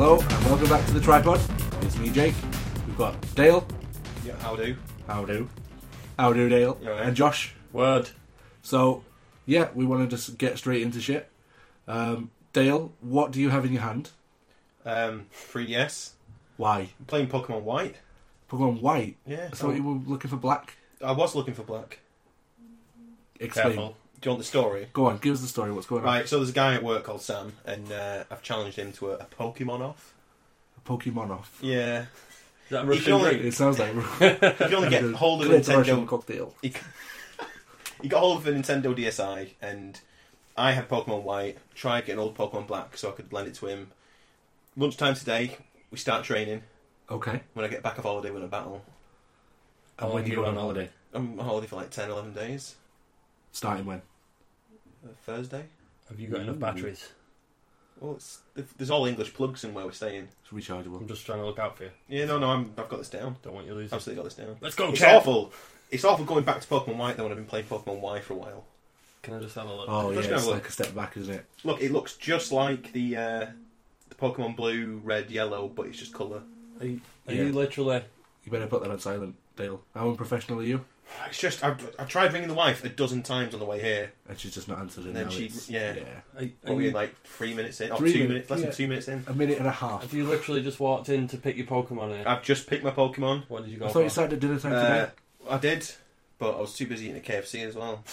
Hello and welcome back to the tripod. It's me, Jake. We've got Dale. Yeah, how do? How do? How do, Dale? Yeah. And Josh. Word. So, yeah, we want to just get straight into shit. Um, Dale, what do you have in your hand? Um, 3DS. Why? I'm playing Pokemon White. Pokemon White. Yeah. I thought you were looking for black. I was looking for Black. Explain. Careful. Do you want the story? Go on, give us the story. What's going on? Right, so there's a guy at work called Sam, and uh, I've challenged him to a, a Pokemon off. Pokemon off. Yeah. Is that You can Russian only- root? It sounds like If you only get hold of Clear to Russian Nintendo, cocktail. he, he got hold of a Nintendo DSi, and I had Pokemon White. Tried getting old Pokemon Black so I could lend it to him. Lunchtime today, we start training. Okay. When I get back off holiday, we're in a battle. How And long when do you you go go on holiday? I'm on holiday for like 10, 11 days. Starting when? Uh, Thursday. Have you got enough Mm. batteries? Well, Oh, it's, there's all English plugs in where we're staying. It's rechargeable. I'm just trying to look out for you. Yeah, no, no, I'm, I've got this down. Don't want you losing. Absolutely got this down. Let's go, It's Kev. awful. It's awful going back to Pokemon White though when I've been playing Pokemon Y for a while. Can I just have a look? Oh, I'm yeah, just it's gonna have a like a step back, isn't it? Look, it looks just like the uh, the Pokemon Blue, Red, Yellow, but it's just colour. Are you, are Yeah. you literally? You better put that on silent, Dale. How unprofessional are you? It's just I've, I've tried ringing the wife a dozen times on the way here, And she's just not answered it. And then now she- it's- yeah. Are, are Oh, probably you, like three minutes in, or Mm. Three two minutes, minutes, less yeah. than two minutes in. A minute and a half. have you literally just walked in to pick your Pokemon here? I've just picked my Pokemon. What did you I go thought for? you started at dinner time Uh, today. I did, but I was too busy eating at KFC as well.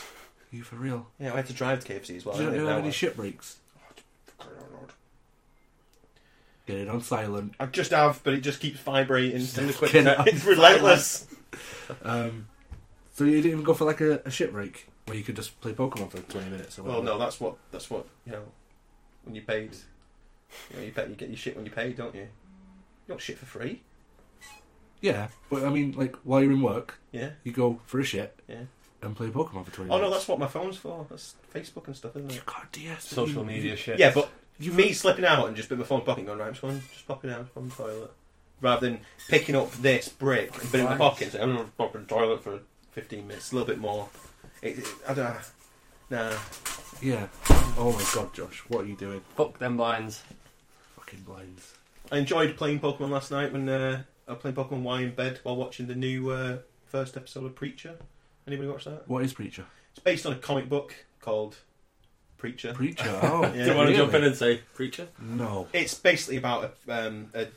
Are you for real? Yeah, I had to drive to KFC as well. Do you I not didn't have know any that shit breaks? one. Get it on silent. I just have, but it just keeps vibrating. And the quick Fucking hell. it's relentless. Um, so you didn't even go for like a, a shit break where you could just play Pokemon for 20 minutes or Well, whatever. no, that's what that's what you know. When you paid, you know, you, pay, you get your shit when you pay, don't you? You got shit for free. Yeah, but I mean, like, while you're in work, Yeah. you go for a shit Yeah. and play Pokemon for 20 Oh no, minutes. that's what my phone's for. That's Facebook and stuff, isn't it? God, DS. Social you- media shit. Yeah, but You, me slipping out and just putting my phone in my pocket, and going right, I'm just going, just popping out from the toilet, rather than picking up this brick and putting it in my Right. pocket. and saying, I'm going to pop in the toilet for 15 minutes, a little bit more. It, it- I don't. Nah, Yeah. Oh my god, Josh, what are you doing? Fuck them blinds. Fucking blinds. I enjoyed playing Pokemon last night when uh, I played Pokemon Y in bed while watching the new uh, first episode of Preacher. Anybody watch that? What is Preacher? It's based on a comic book called Preacher. Preacher. Oh, Yeah. Do you want to really? jump in and say preacher? No. it's basically about a, um, a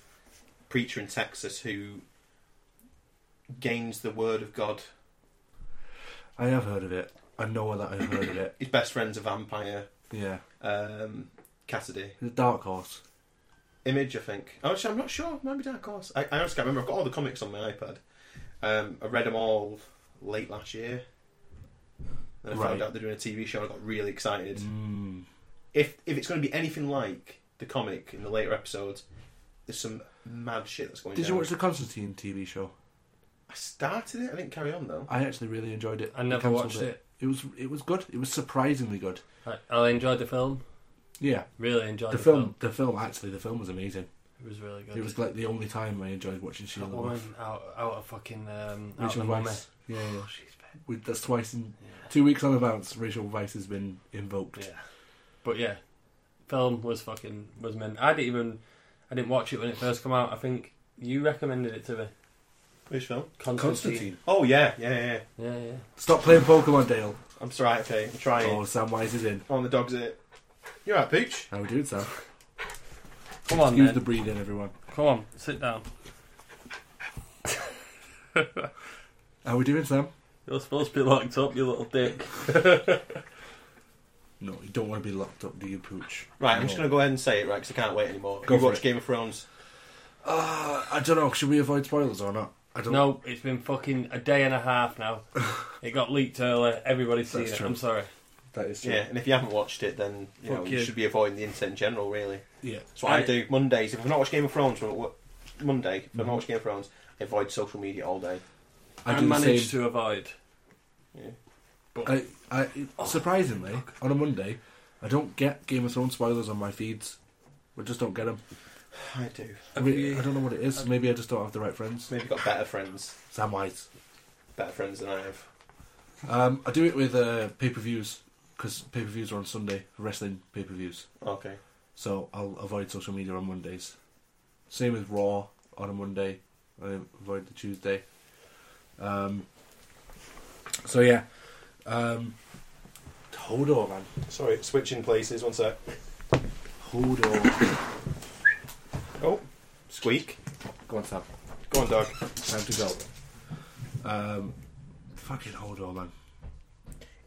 preacher in Texas who gains the word of God. I have heard of it. I know that I've heard of it. His best friend's a vampire, Yeah. um, Cassidy. The Dark Horse. Image, I think. Oh, Actually, I'm not sure. Maybe Dark Horse. I, I honestly can't remember. I've got all the comics on my iPad. Um, I read them all late last year. Then I Right. found out they're doing a TV show. and I got really excited. Mm. If if it's going to be anything like the comic in the later episodes, there's some mad shit that's going. Did down. you watch the Constantine TV show? I started it. I didn't carry on though. I actually really enjoyed it. I They never cancelled watched it. It was it was good. It was surprisingly good. I, I enjoyed the film. Yeah, Really enjoyed the film, the film actually, the film was amazing. It was really good. It was like the only time I enjoyed watching That Sheila woman LaBeouf. out, out of fucking um, out Rachel of the mummy. Weisz. Yeah, yeah. Oh, she's bad. We, that's twice in Yeah. two weeks on advance. Rachel Weisz has been invoked. Yeah, but yeah, film was fucking was meant. I didn't even I didn't watch it when it first came out. I think you recommended it to me. Which film? Constantine. Oh yeah, yeah, yeah. yeah. Yeah, yeah. Stop playing Pokemon, Dale. I'm sorry. Okay, I'm trying. Oh, Samwise is in. Oh, and the dog's it. You're right, Pooch. How we doing, Sam? Come on, Excuse then. the breathing, everyone. Come on, sit down. How we doing, Sam? You're supposed to be locked up, you little dick. No, you don't want to be locked up, do you, Pooch? Right, I'm No. just going to go ahead and say it, right? Because I can't wait anymore. Go you for watch it. Game of Thrones. Uh, I don't know. Should we avoid spoilers or not? I don't. No, it's been fucking a day and a half now. It got leaked early. Everybody's seen That's it. true. I'm sorry. that is true. Yeah, and if you haven't watched it, then you know Fuck you you. should be avoiding the internet in general. Really, yeah. that's what I, I- do. Mondays, if I've not watched Game of Thrones, well, what, Monday, if I've not watched Game of Thrones, I avoid social media all day. I, I, do the same. managed to avoid. Yeah. I, I, surprisingly, on a Monday, I don't get Game of Thrones spoilers on my feeds. I just don't get them. I do. I, Have really- you- I don't know what it is. Maybe I just don't have the right friends. Maybe you've got better friends, Samwise. better friends than I have. Um, I do it with uh, pay per views because pay per views are on Sunday, wrestling pay per views. Okay. So I'll avoid social media on Mondays. Same with Raw on a Monday. I avoid the Tuesday. Um, so yeah, um, Hodor man, Sorry, switching places. One sec. Hodor. Oh, squeak. Go on, Sam. Go on, dog. Time to go. Um, fucking Hodor man,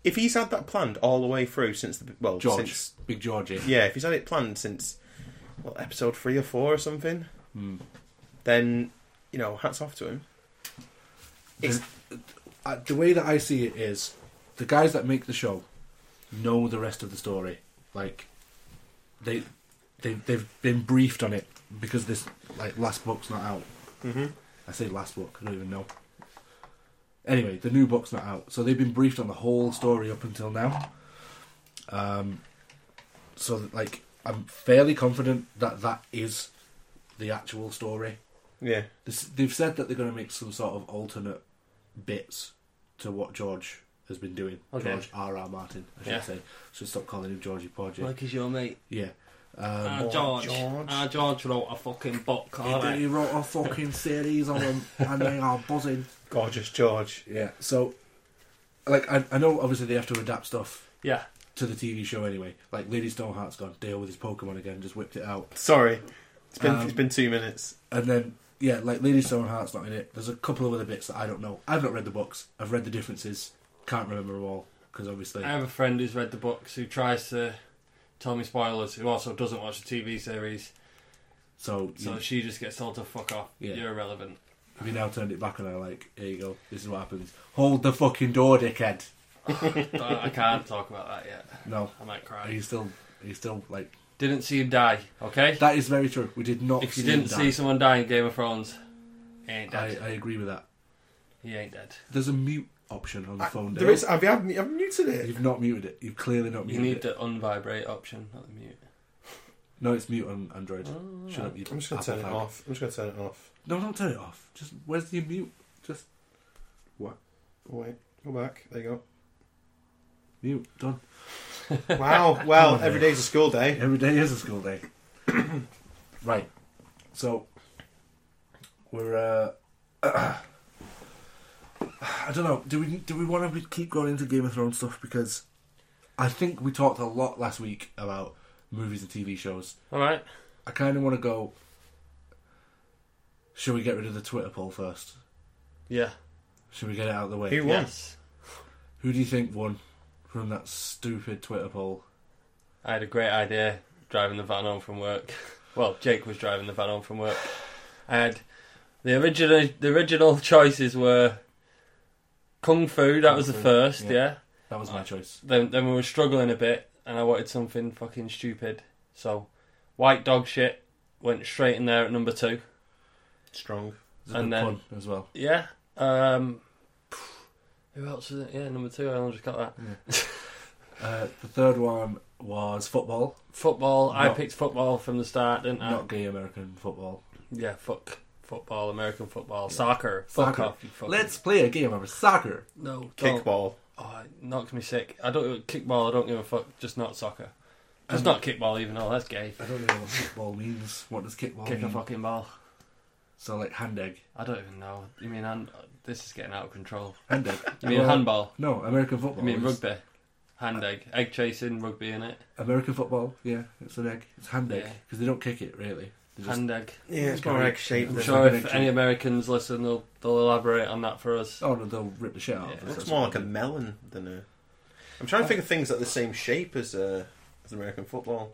If he's had that planned all the way through since the well, George, since big Georgie. yeah, if he's had it planned since well, episode three or four or something, Hmm. then you know, hats off to him. It's- uh, the way that I see it is the guys that make the show know the rest of the story. Like they they they've been briefed on it because this like last book's not out. Mm-hmm. I say last book, I don't even know. Anyway, the new book's not out, so they've been briefed on the whole story up until now. Um, so that, like I'm fairly confident that that is the actual story. Yeah, This, they've said that they're going to make some sort of alternate bits to what George has been doing. Okay. George R. R. Martin, I should Yeah. say. Should stop calling him Georgie Porgy. Like is your mate. yeah. Ah, Um, Uh, George. George. Ah, George wrote a fucking book. he, he wrote a fucking series on them and they are buzzing. gorgeous George. Yeah, so, like, I, I know obviously they have to adapt stuff Yeah. to the TV show anyway. Like, Lady Stoneheart's gone, deal with his Pokemon again, just whipped it out. Sorry, it's been Um, it's been two minutes. And then, yeah, like Lady Stoneheart's not in it. There's a couple of other bits that I don't know. I've not read the books. I've read the differences. Can't remember them all because obviously, I have a friend who's read the books who tries to tell me spoilers, who also doesn't watch the TV series, so, so you- she just gets told to fuck off. Yeah. You're irrelevant. we now turned it back on her. Like, here you go. This is what happens. Hold the fucking door, dickhead. But I can't talk about that yet. No, I might cry. he's still, he's still like. Didn't see him die, okay? That is very true. We did not. if you see him didn't see die. someone die in Game of Thrones, he ain't I, dead. I uh, agree with that. he ain't dead. There's a mute option on the phone. there Dale. is. I've, I've, I've muted it. You've not muted it. You've clearly not You muted need it. the unvibrate option, not the mute. No, it's mute on Android. Oh. Shut up. You I'm just gonna Apple turn it fag. off. I'm just gonna turn it off. No, don't turn it off. Just where's the mute? Just Wait, go back. There you mute. Done. go. Wow. Well, on, every mate. day's a school day. Every day is a school day. right. So we're. Uh, I don't know. Do we do we want to keep going into Game of Thrones stuff because I think we talked a lot last week about movies and TV shows. Alright. I kind of want to go. Should we get rid of the Twitter poll first? Yeah. Should we get it out of the way? Who won? Yes. Who do you think won from that stupid Twitter poll? I had a great idea driving the van home from work. Well, Jake was driving the van home from work. I had the original the original choices were Kung Fu, that Kung was the Fu, first, yeah. yeah. That was my choice. Then then we were struggling a bit and I wanted something fucking stupid. So White Dog Shit went straight in there at number two. Strong. It's a And good then- pun as well. Yeah. Um who else was it? Yeah, number two, I just got that. Uh, the third one was football, Football, I Not- picked football from the start, didn't I? not gay American football. Yeah, fuck football, American football, soccer. Fuck Soccer. off, you fucking. Let's play a game of soccer. no don't. Kickball. Oh, it knocks me sick. I don't kickball. I don't give a fuck. Just not soccer. Just Um, not kickball, even though that's gay. I don't know what football means. What does kickball Kick a mean? fucking ball. So like hand egg, I don't even know. You mean hand? This is getting out of control. hand egg. You mean Well, handball? No, American football. You mean is- rugby? Hand egg, egg chasing, rugby in it. American football. Yeah, it's an egg. It's hand egg Yeah. because they don't kick it really. They just- Hand egg. Yeah, it's more Sorry. egg shaped. I'm I'm than- sure like an if egg any shape. Americans listen, they'll they'll elaborate on that for us. Oh no, they'll rip the shit out. Yeah, of it us. It looks That's more what like they a do. melon than a. I'm trying to think of things that are the same shape as uh, as American football.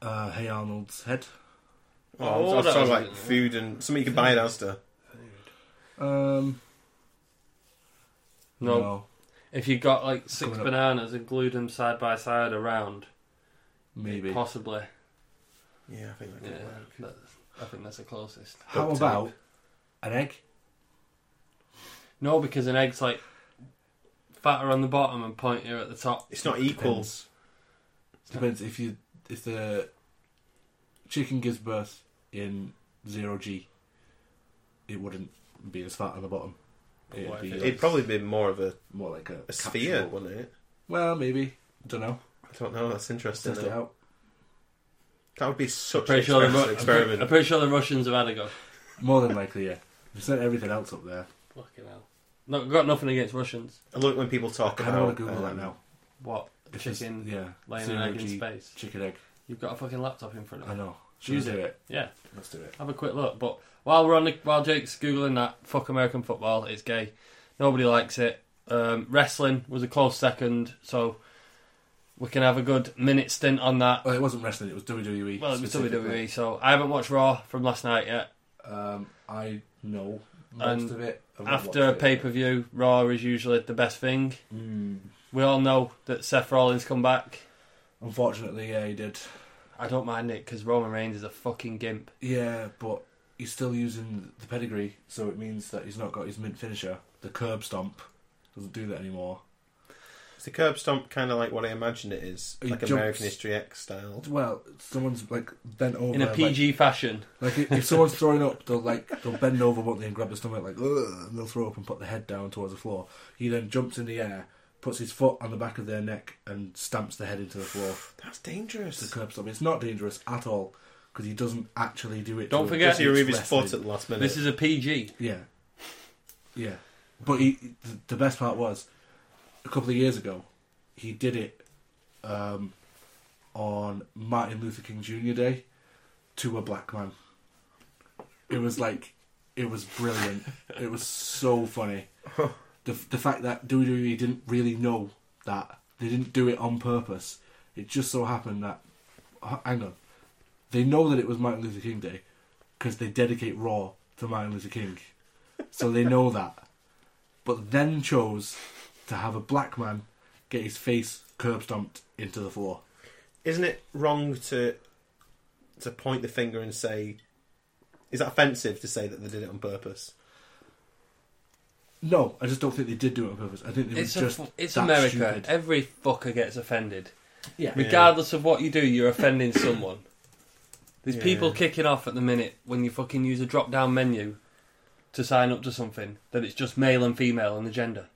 Uh, hey Arnold's head. Oh, Oh, I was, I was that talking was- like food and something you can buy at Asda. Um, No. no, If you got like six Coming up. bananas and glued them side by side around, maybe. possibly. Yeah, I think that Yeah, could work. that's- I think that's the closest. How Duct about tape. an egg? No, because an egg's like fatter on the bottom and pointier at the top. It's not equal. Depends. Depends if you if the chicken gives birth in zero g, it wouldn't be as fat on the bottom. It'd What if be it- like- It'd probably be more of a, more like a, a sphere, capsule. wouldn't it? Well, maybe. Don't know. I don't know. That's interesting. Test it though. out. That would be such an Pretty sure, the expensive Ru- I'm, pretty- experiment. I'm pretty sure the Russians have had a go. More than likely, yeah. They sent everything else up there. Fucking hell. No, got nothing against Russians. I love it when people I talk kind of about. want to Google that um, now. What? It's just- Chicken yeah, laying an egg in CRG, space. Chicken egg. You've got a fucking laptop in front of I you. know. Use Use it. Yeah, Let's do it. have a quick look. But while we're on the, while Jake's googling that, fuck American football. It's gay. Nobody likes it. Um, wrestling was a close second, so we can have a good minute stint on that. Well, Oh, it wasn't wrestling. It was WWE. Well, it was specifically. WWE, so I haven't watched Raw from last night yet. Um, I know most E. And of it. I've not After a watched it. pay per view, Raw is usually the best thing. Mm. We all know that Seth Rollins come back. Unfortunately, yeah, he did. I don't mind it because Roman Reigns is a fucking gimp. Yeah, but he's still using the pedigree, so it means that he's not got his mint finisher. The curb stomp doesn't do that anymore. Is the curb stomp kind of like what I imagined it is, He like jumps- American History X style? Well, someone's like bent over. In a like- PG fashion. Like, if- if someone's throwing up, they'll like they'll bend over, won't they, and grab the stomach like, Ugh, and they'll throw up and put the head down towards the floor. He then jumps in the air, puts his foot on the back of their neck, and stamps the head into the floor. That's It's a dangerous. curb stomp. It's not dangerous at all because he doesn't actually do it. Don't to a forget Yes, person. you remove It's his foot wrestling. at the last minute. This is a PG. Yeah, yeah. But he, th- the best part was a couple of years ago, he did it um, on Martin Luther King Jr. Day to a black man. It was like it was brilliant. it was so funny. The the fact that WWE didn't really know that they didn't do it on purpose. It just so happened that h- hang on, they know that it was Martin Luther King Day because they dedicate Raw to Martin Luther King, so they know that. But then chose to have a black man get his face curb stomped into the floor. Isn't it wrong to to point the finger and say, is that offensive to say that they did it on purpose? No, I just don't think they did do it on purpose. I think they It's, were just a, it's that America. stupid. Every fucker gets offended. yeah. Regardless of what you do, you're offending someone. There's Yeah. people kicking off at the minute when you fucking use a drop down menu to sign up to something that it's just male and female and the gender.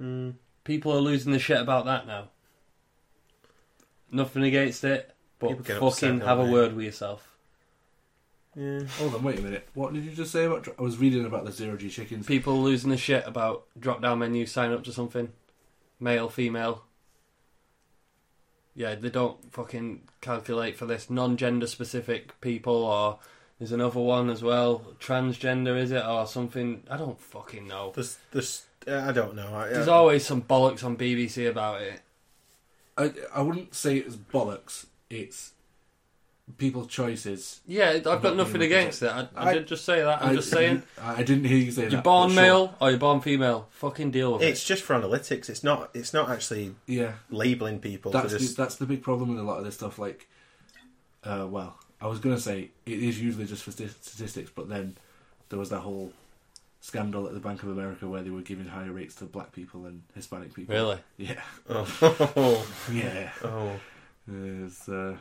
Mm. People are losing the shit about that now. Nothing against it, but People get upset, fucking don't have a they? word with yourself. Yeah. Hold on, wait a minute. What did you just say about? dr- I was reading about the zero G chickens. People losing the shit about drop down menu, sign up to something, male, female. Yeah, they don't fucking calculate for this non gender specific people, or there's another one as well. Transgender, is it, or something? I don't fucking know. There's, there's, uh, I don't know. I, There's I- always some bollocks on BBC about it. I I wouldn't say it's bollocks. It's people's choices. Yeah, I've Not got nothing really, against it. I, I, I- did just say that. I'm I- just saying. I, I didn't hear you say that. You're born but sure. male or you're born female. Fucking deal with it. It's just for analytics. It's not. It's not actually Yeah. labeling people. to that's just, the, that's the big problem with a lot of this stuff. Like, uh, well, I was gonna say it is usually just for sti- statistics, but then there was that whole scandal at the Bank of America where they were giving higher rates to black people and Hispanic people. Really? Yeah, oh, yeah. oh. It's uh,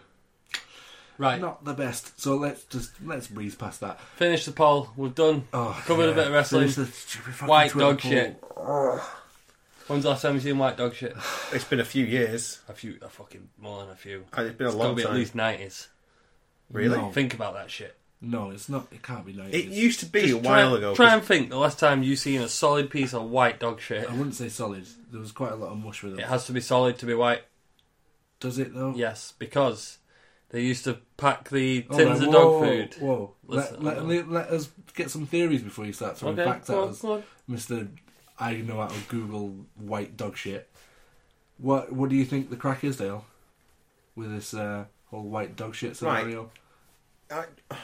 Right. not the best. So let's just let's breeze past that. Finish the poll. We're done. Oh, Covered a bit of wrestling. Finish the stupid fucking White Twitter dog poll. shit. When's the last time you seen white dog shit? It's been a few years. A few, a fucking more than a few. It's been a It's got to long be time. at least nineties. Really? No. Think about that shit. No, it's not. It can't be nice. It used to be Just a try while and- ago. Try and think the last time you seen a solid piece of white dog shit. I wouldn't say solid. There was quite a lot of mush with it. It has to be solid to be white. Does it though? Yes, because they used to pack the All tins right, of Oh, whoa, dog food. Whoa, Listen, let, I let, let us get some theories before you start throwing Okay, facts at go on, us, go on. Mister. I know how to Google white dog shit. What What do you think the crack is, Dale? With this uh, whole white dog shit Right. scenario, I,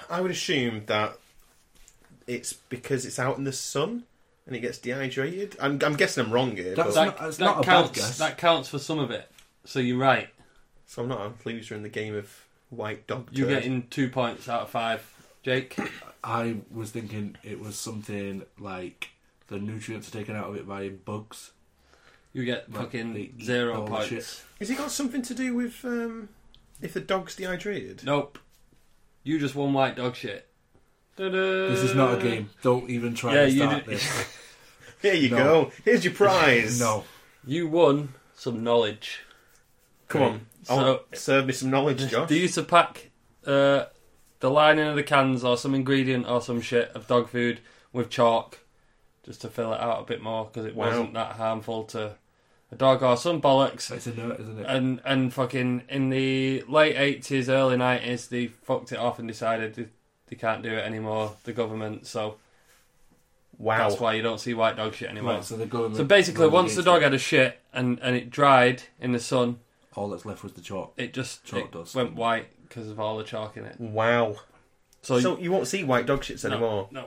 I would assume that it's because it's out in the sun and it gets dehydrated. I'm, I'm guessing I'm wrong here, That's but, That, not- it's that not a bad counts. guess. That counts for some of it. So you're right. so I'm not a loser in the game of white dog. You're turd. getting two points out of five, Jake. I was thinking it was something like the nutrients are taken out of it by bugs. You get Well, they fucking eat all zero the points. shit. Has it got something to do with um, if the dog's dehydrated? Nope. You just won white dog shit. Ta-da. This is not a game. Don't even try Uh, Yeah, to you start did- this. Here you No. go. Here's your prize. no, You won some knowledge. Come on. oh, So serve me some knowledge, Josh. they used to pack uh, the lining of the cans or some ingredient or some shit of dog food with chalk just to fill it out a bit more because it Wow. wasn't that harmful to a dog or some bollocks. It's a note, isn't it? And and fucking in the late eighties, early nineties, they fucked it off and decided they, they can't do it anymore. The government, so Wow. that's why you don't see white dog shit anymore. Right, so the government. So basically, once the relegated dog it. had a shit and, and it dried in the sun, all that's left was the chalk. it just Chalk it dust. went white because of all the chalk in it. Wow. So, so you won't see white dog shits No, anymore. no.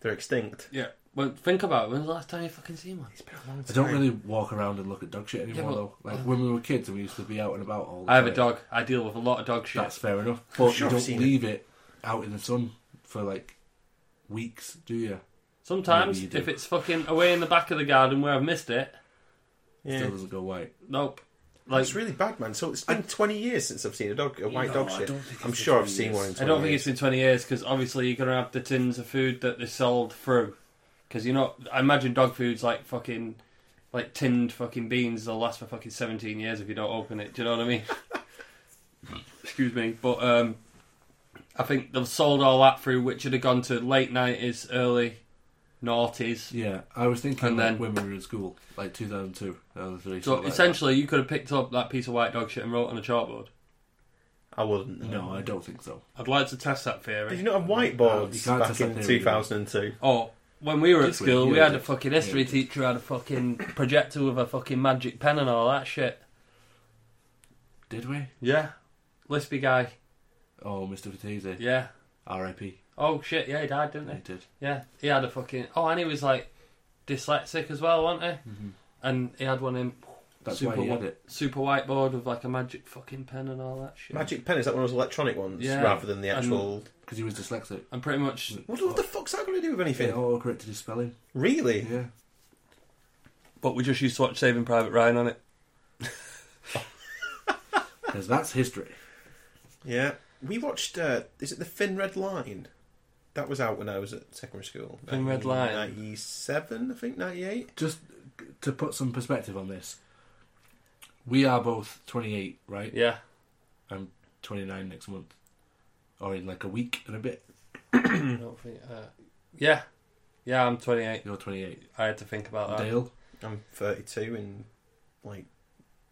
They're extinct. yeah, well, think about it. When's the last time you fucking seen one? It's been a long I time. don't really walk around and look at dog shit anymore but- though. Like when we were kids, we used to be out and about all. The uh, I have a time. dog. I deal with a lot of dog shit. That's fair enough, but sure I've you seen don't it. leave it. out in the sun for like weeks, do you? Sometimes, Maybe you do. if it's fucking away in the back of the garden where I've missed it, Yeah. Still doesn't go white. nope. Like it's really bad, man. So it's been 20 years since I've seen a dog, a white No, dog I shit. don't think I'm it's sure been 20 I've seen years. one in I 20 don't think years. it's been 20 years because obviously you're going to have the tins of food that they sold through. Because you know, I imagine dog food's like fucking, like tinned fucking beans. They'll last for fucking 17 years if you don't open it. Do you know what I mean? Excuse me. But um, I think they've sold all that through, which would have gone to late 90s, early noughties. Yeah, I was thinking And like, then- when we were in school, like 2002, 2003. So something like essentially, you could have picked up that piece of white dog shit and wrote on a chalkboard. I wouldn't. that. no, I don't think so. I'd like to test that Did theory. you not have You whiteboards can't back just sit in there and- 2002? Oh, when we were at Did we? school, we, Yeah, had we a did. fucking history Yeah. teacher had a fucking projector with a fucking magic pen and all that shit. Did we? Yeah. Lispy guy. Oh, Mr. Fatese. Yeah. R.I.P. Oh shit, yeah, he died, didn't He he? did. Yeah. He had a fucking. Oh, and he was like dyslexic as well, wasn't he? Mhm. And he had one in That's Super why he wa- had it. super whiteboard with like a magic fucking pen and all that shit. Magic pen, is that one of those electronic ones? Yeah. Rather than the And- actual. Because he was dyslexic. And pretty much. Mm. What, what the fuck's that going to do with anything? It all corrected his spelling. Really? Yeah. But we just used to watch Saving Private Ryan on it. Because that's history. Yeah. We watched, uh, is it the Thin Red Line? That was out when I was at secondary school. Thin Red Line. 97, I think, 98. Just to put some perspective on this, we are both 28, right? Yeah. 29 next month. Or in like a week and a bit. I don't think. Uh, yeah. Yeah, I'm 28. You're 28. I had to think about that. Dale, I'm 32 in like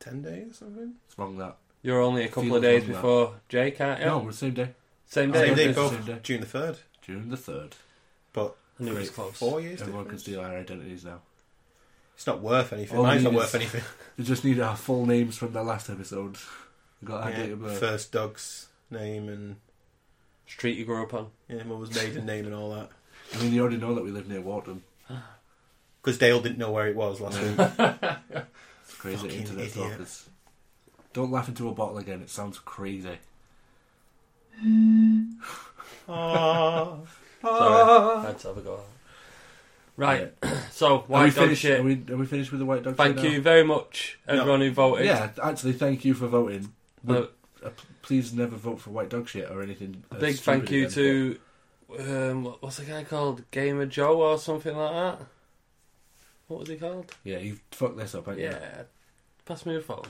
10 days or something. it's wrong that. You're only a couple Feels of days like that. before Jake, aren't you? No, we're the same day. Same Oh, day. Same yeah, day, it's the both same day. June the 3rd. June the 3rd. But I knew it was Great. close. four years Everyone can difference. steal our identities now. It's not worth anything. All we Mine's not need worth is- anything. We just need our full names from the last episode. We got our Yeah, date of birth. First dog's name and Street you grew up on. yeah, mother's maiden name and all that. I mean, you already know that we live near Wharton. Because Dale didn't know where it was last week. It's crazy. Fucking internet idiot. stalkers. Don't laugh into a bottle again. It sounds crazy. Ah. Sorry, I had to have a go. at that. Right, Yeah. so Are we white dog finished? Are shit. we, are we finished with the white dog? Thank shit you very much, No. everyone who Now? voted. Yeah, actually, thank you for voting. Uh, Would- uh, p- please never vote for white dog shit or anything. a uh, big stupid thank you again, to um, what- what's the guy called? Gamer Joe or something like that. What was he called? but- yeah, you fucked this up, haven't yeah. you? Pass me the phone.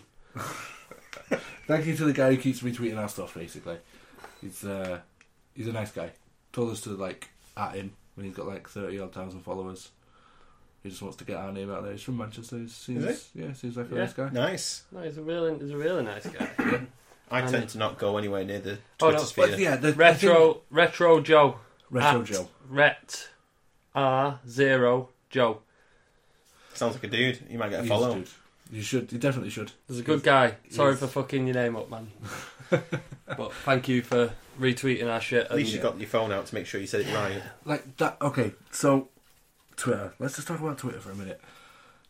Thank you to the guy who keeps retweeting our stuff. Basically, he's uh, he's a nice guy. Told us to like at him when he's got like thirty odd thousand followers. He just wants to get our name out there. He's from Manchester. He seems, Is Yeah, seems like a Yeah. nice guy. nice. No, he's a really, he's a really nice guy. I And- tend to not go anywhere near the Oh, Twitter no, sphere. But yeah, the the Retro, Retro Joe. thing- retro at Joe. Ret R zero Joe. Sounds like a dude. You might get a He's follow. dude. You should. You definitely should. He's a good guy. Sorry he's- for fucking your name up, man. but thank you for retweeting our shit. At least and- you got your phone out to make sure you said it right. Like that. Okay, so Twitter. Let's just talk about Twitter for a minute.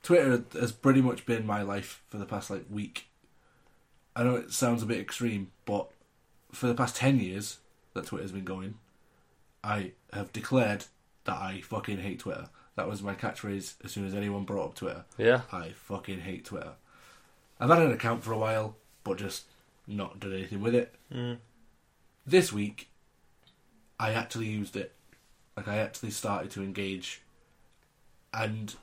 Twitter has pretty much been my life for the past like week. I know it sounds a bit extreme, but for the past ten years that Twitter's been going, I have declared that I fucking hate Twitter. That was my catchphrase as soon as anyone brought up Twitter. Yeah. I fucking hate Twitter. I've had an account for a while, but just not done anything with it. Mm. This week, I actually used it. Like, I actually started to engage. And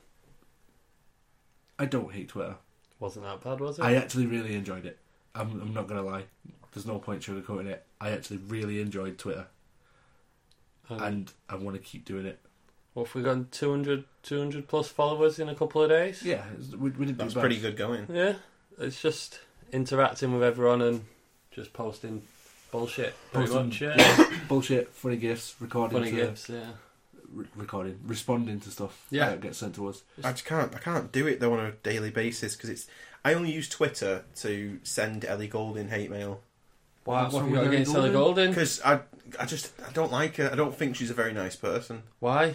I don't hate Twitter. Wasn't that bad, was it? I actually really enjoyed it. I'm, I'm not gonna lie. There's no point sugarcoating it. I actually really enjoyed Twitter, Um, and I want to keep doing it. What if we got 200, 200 plus followers in a couple of days? Yeah, it was- we, we didn't. do That's bad. pretty good going. Yeah, it's just interacting with everyone and just posting bullshit. Pretty Posting- much, yeah. Bullshit, funny gifts, recording, Funny to, gifts, yeah. re- recording, responding to stuff Yeah. that gets sent to us. I just can't. I can't do it though on a daily basis because it's. I only use Twitter to send Ellie Golding hate mail Wow, What's what wrong have you got with Ellie against Ellie Golden? because I. I just. I don't like her. I don't think she's a very nice person. Why?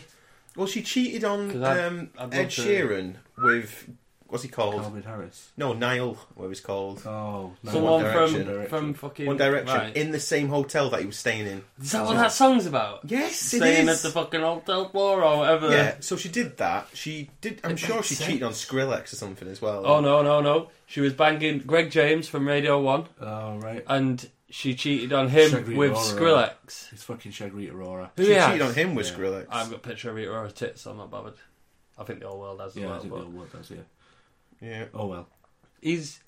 Well, she cheated on 'Cause I- um, I'd love Ed to- Sheeran with what's he called? Calvin Harris. No, Niall. Where he's called Oh, no. Someone One from Direction. from fucking One Direction Right. in the same hotel that he was staying in. Is that what that song's about? Yes, it is. Staying at the fucking hotel floor or whatever. Yeah, so she did that. She did. I'm It sure makes she sense. cheated on Skrillex or something as well. Oh no, no, no. She was banging Greg James from Radio One, Oh right, and she cheated on him Shaggy with Aurora. Skrillex. it's fucking Shagrita Aurora. Who she has? cheated on him with Yeah. Skrillex. I've got a picture of Rita Ora's tits, so I'm not bothered. I think the whole world has as Yeah, I well. didn't but- know what that's. Yeah. Yeah, Oh well. He's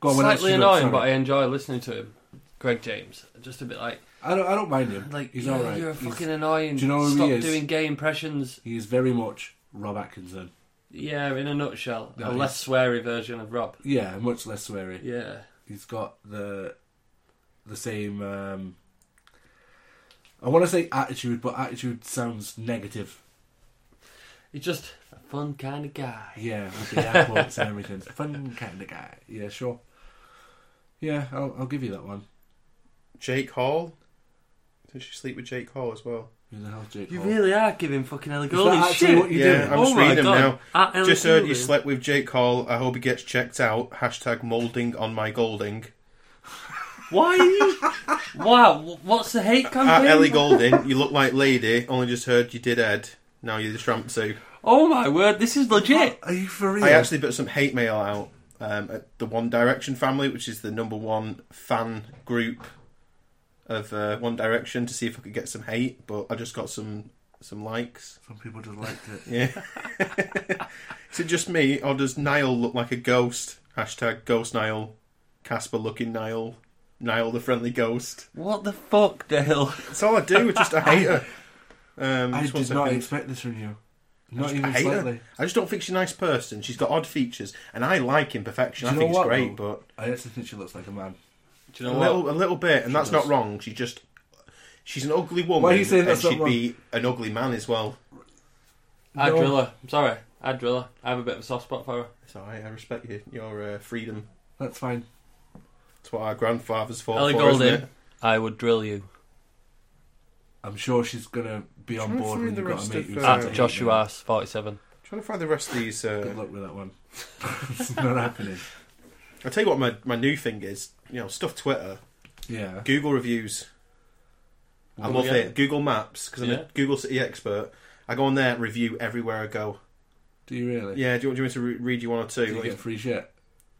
Go on, what else slightly you got? annoying, but I Sorry. enjoy listening to him. Greg James, just a bit like, I don't. I don't mind him. like he's you're, all right. you're a He's- fucking annoying. Do you know who he Stop is? doing gay impressions. He is very much Rob Atkinson. Yeah, in a nutshell, No, a he's- less sweary version of Rob. Yeah, much less sweary. Yeah, He's got the the same. Um, I want to say attitude, but attitude sounds negative. he's just a fun kind of guy. Yeah, with the air quotes and everything. Fun kind of guy. Yeah, sure. Yeah, I'll, I'll give you that one. Jake Hall. Did she sleep with Jake Hall as well? Who the hell's Jake You Hall? really are giving fucking Ellie Is that Goulding actually shit. what you Yeah, do? I'm just Oh my reading him God. At Ellie Just heard you Goulding. slept with Jake Hall. I hope he gets checked out. Hashtag molding on my Golding. Why? Are you... wow, what's the hate At campaign? Uh, Ellie Golding, you look like lady. Only just heard you did Ed. Now you're the shrimp too. Oh my word, this is legit. Are you for real? I actually put some hate mail out um, at the One Direction family, which is the number one fan group of uh, One Direction, to see if I could get some hate. But I just got some some likes. Some people just liked it. Yeah. is it just me, or does Niall look like a ghost? Hashtag Ghost Niall. Casper looking Niall. Niall the friendly ghost. What the fuck, Dale? That's all I do. It's just I hate her. Um, I just one did not second. expect this from you. Not just- even I hate her. slightly. I just don't think she's a nice person. She's got odd features, and I like imperfection. Do I you think know it's what, great, though? but I actually think she looks like a man. Do you know a what? little, a little bit, and She that's does. not wrong. She's just she's an ugly woman, Why are you saying and that's not she'd be an ugly man as well. I No. drill her. I'm sorry. I drill her. I have a bit of a soft spot for her. It's all right. I respect you, your uh, freedom. That's fine. That's what our grandfathers fought Ellie for. Goulding. Isn't it? I would drill you. I'm sure she's gonna be on Trying to board find when the you've got rest a mate of, who's uh, into At it. Ah, Joshua 47. trying to find the rest of these. Good Uh, luck with that one. it's not happening. I'll tell you what my my new thing is. You know, stuff Twitter, Yeah. Google reviews. I Well, love yeah. it. Google Maps because I'm Yeah. a Google City expert. I go on there, and review everywhere I go. Do you really? Yeah, do you, want- do you want me to re- read you one or two? Do you get free shit?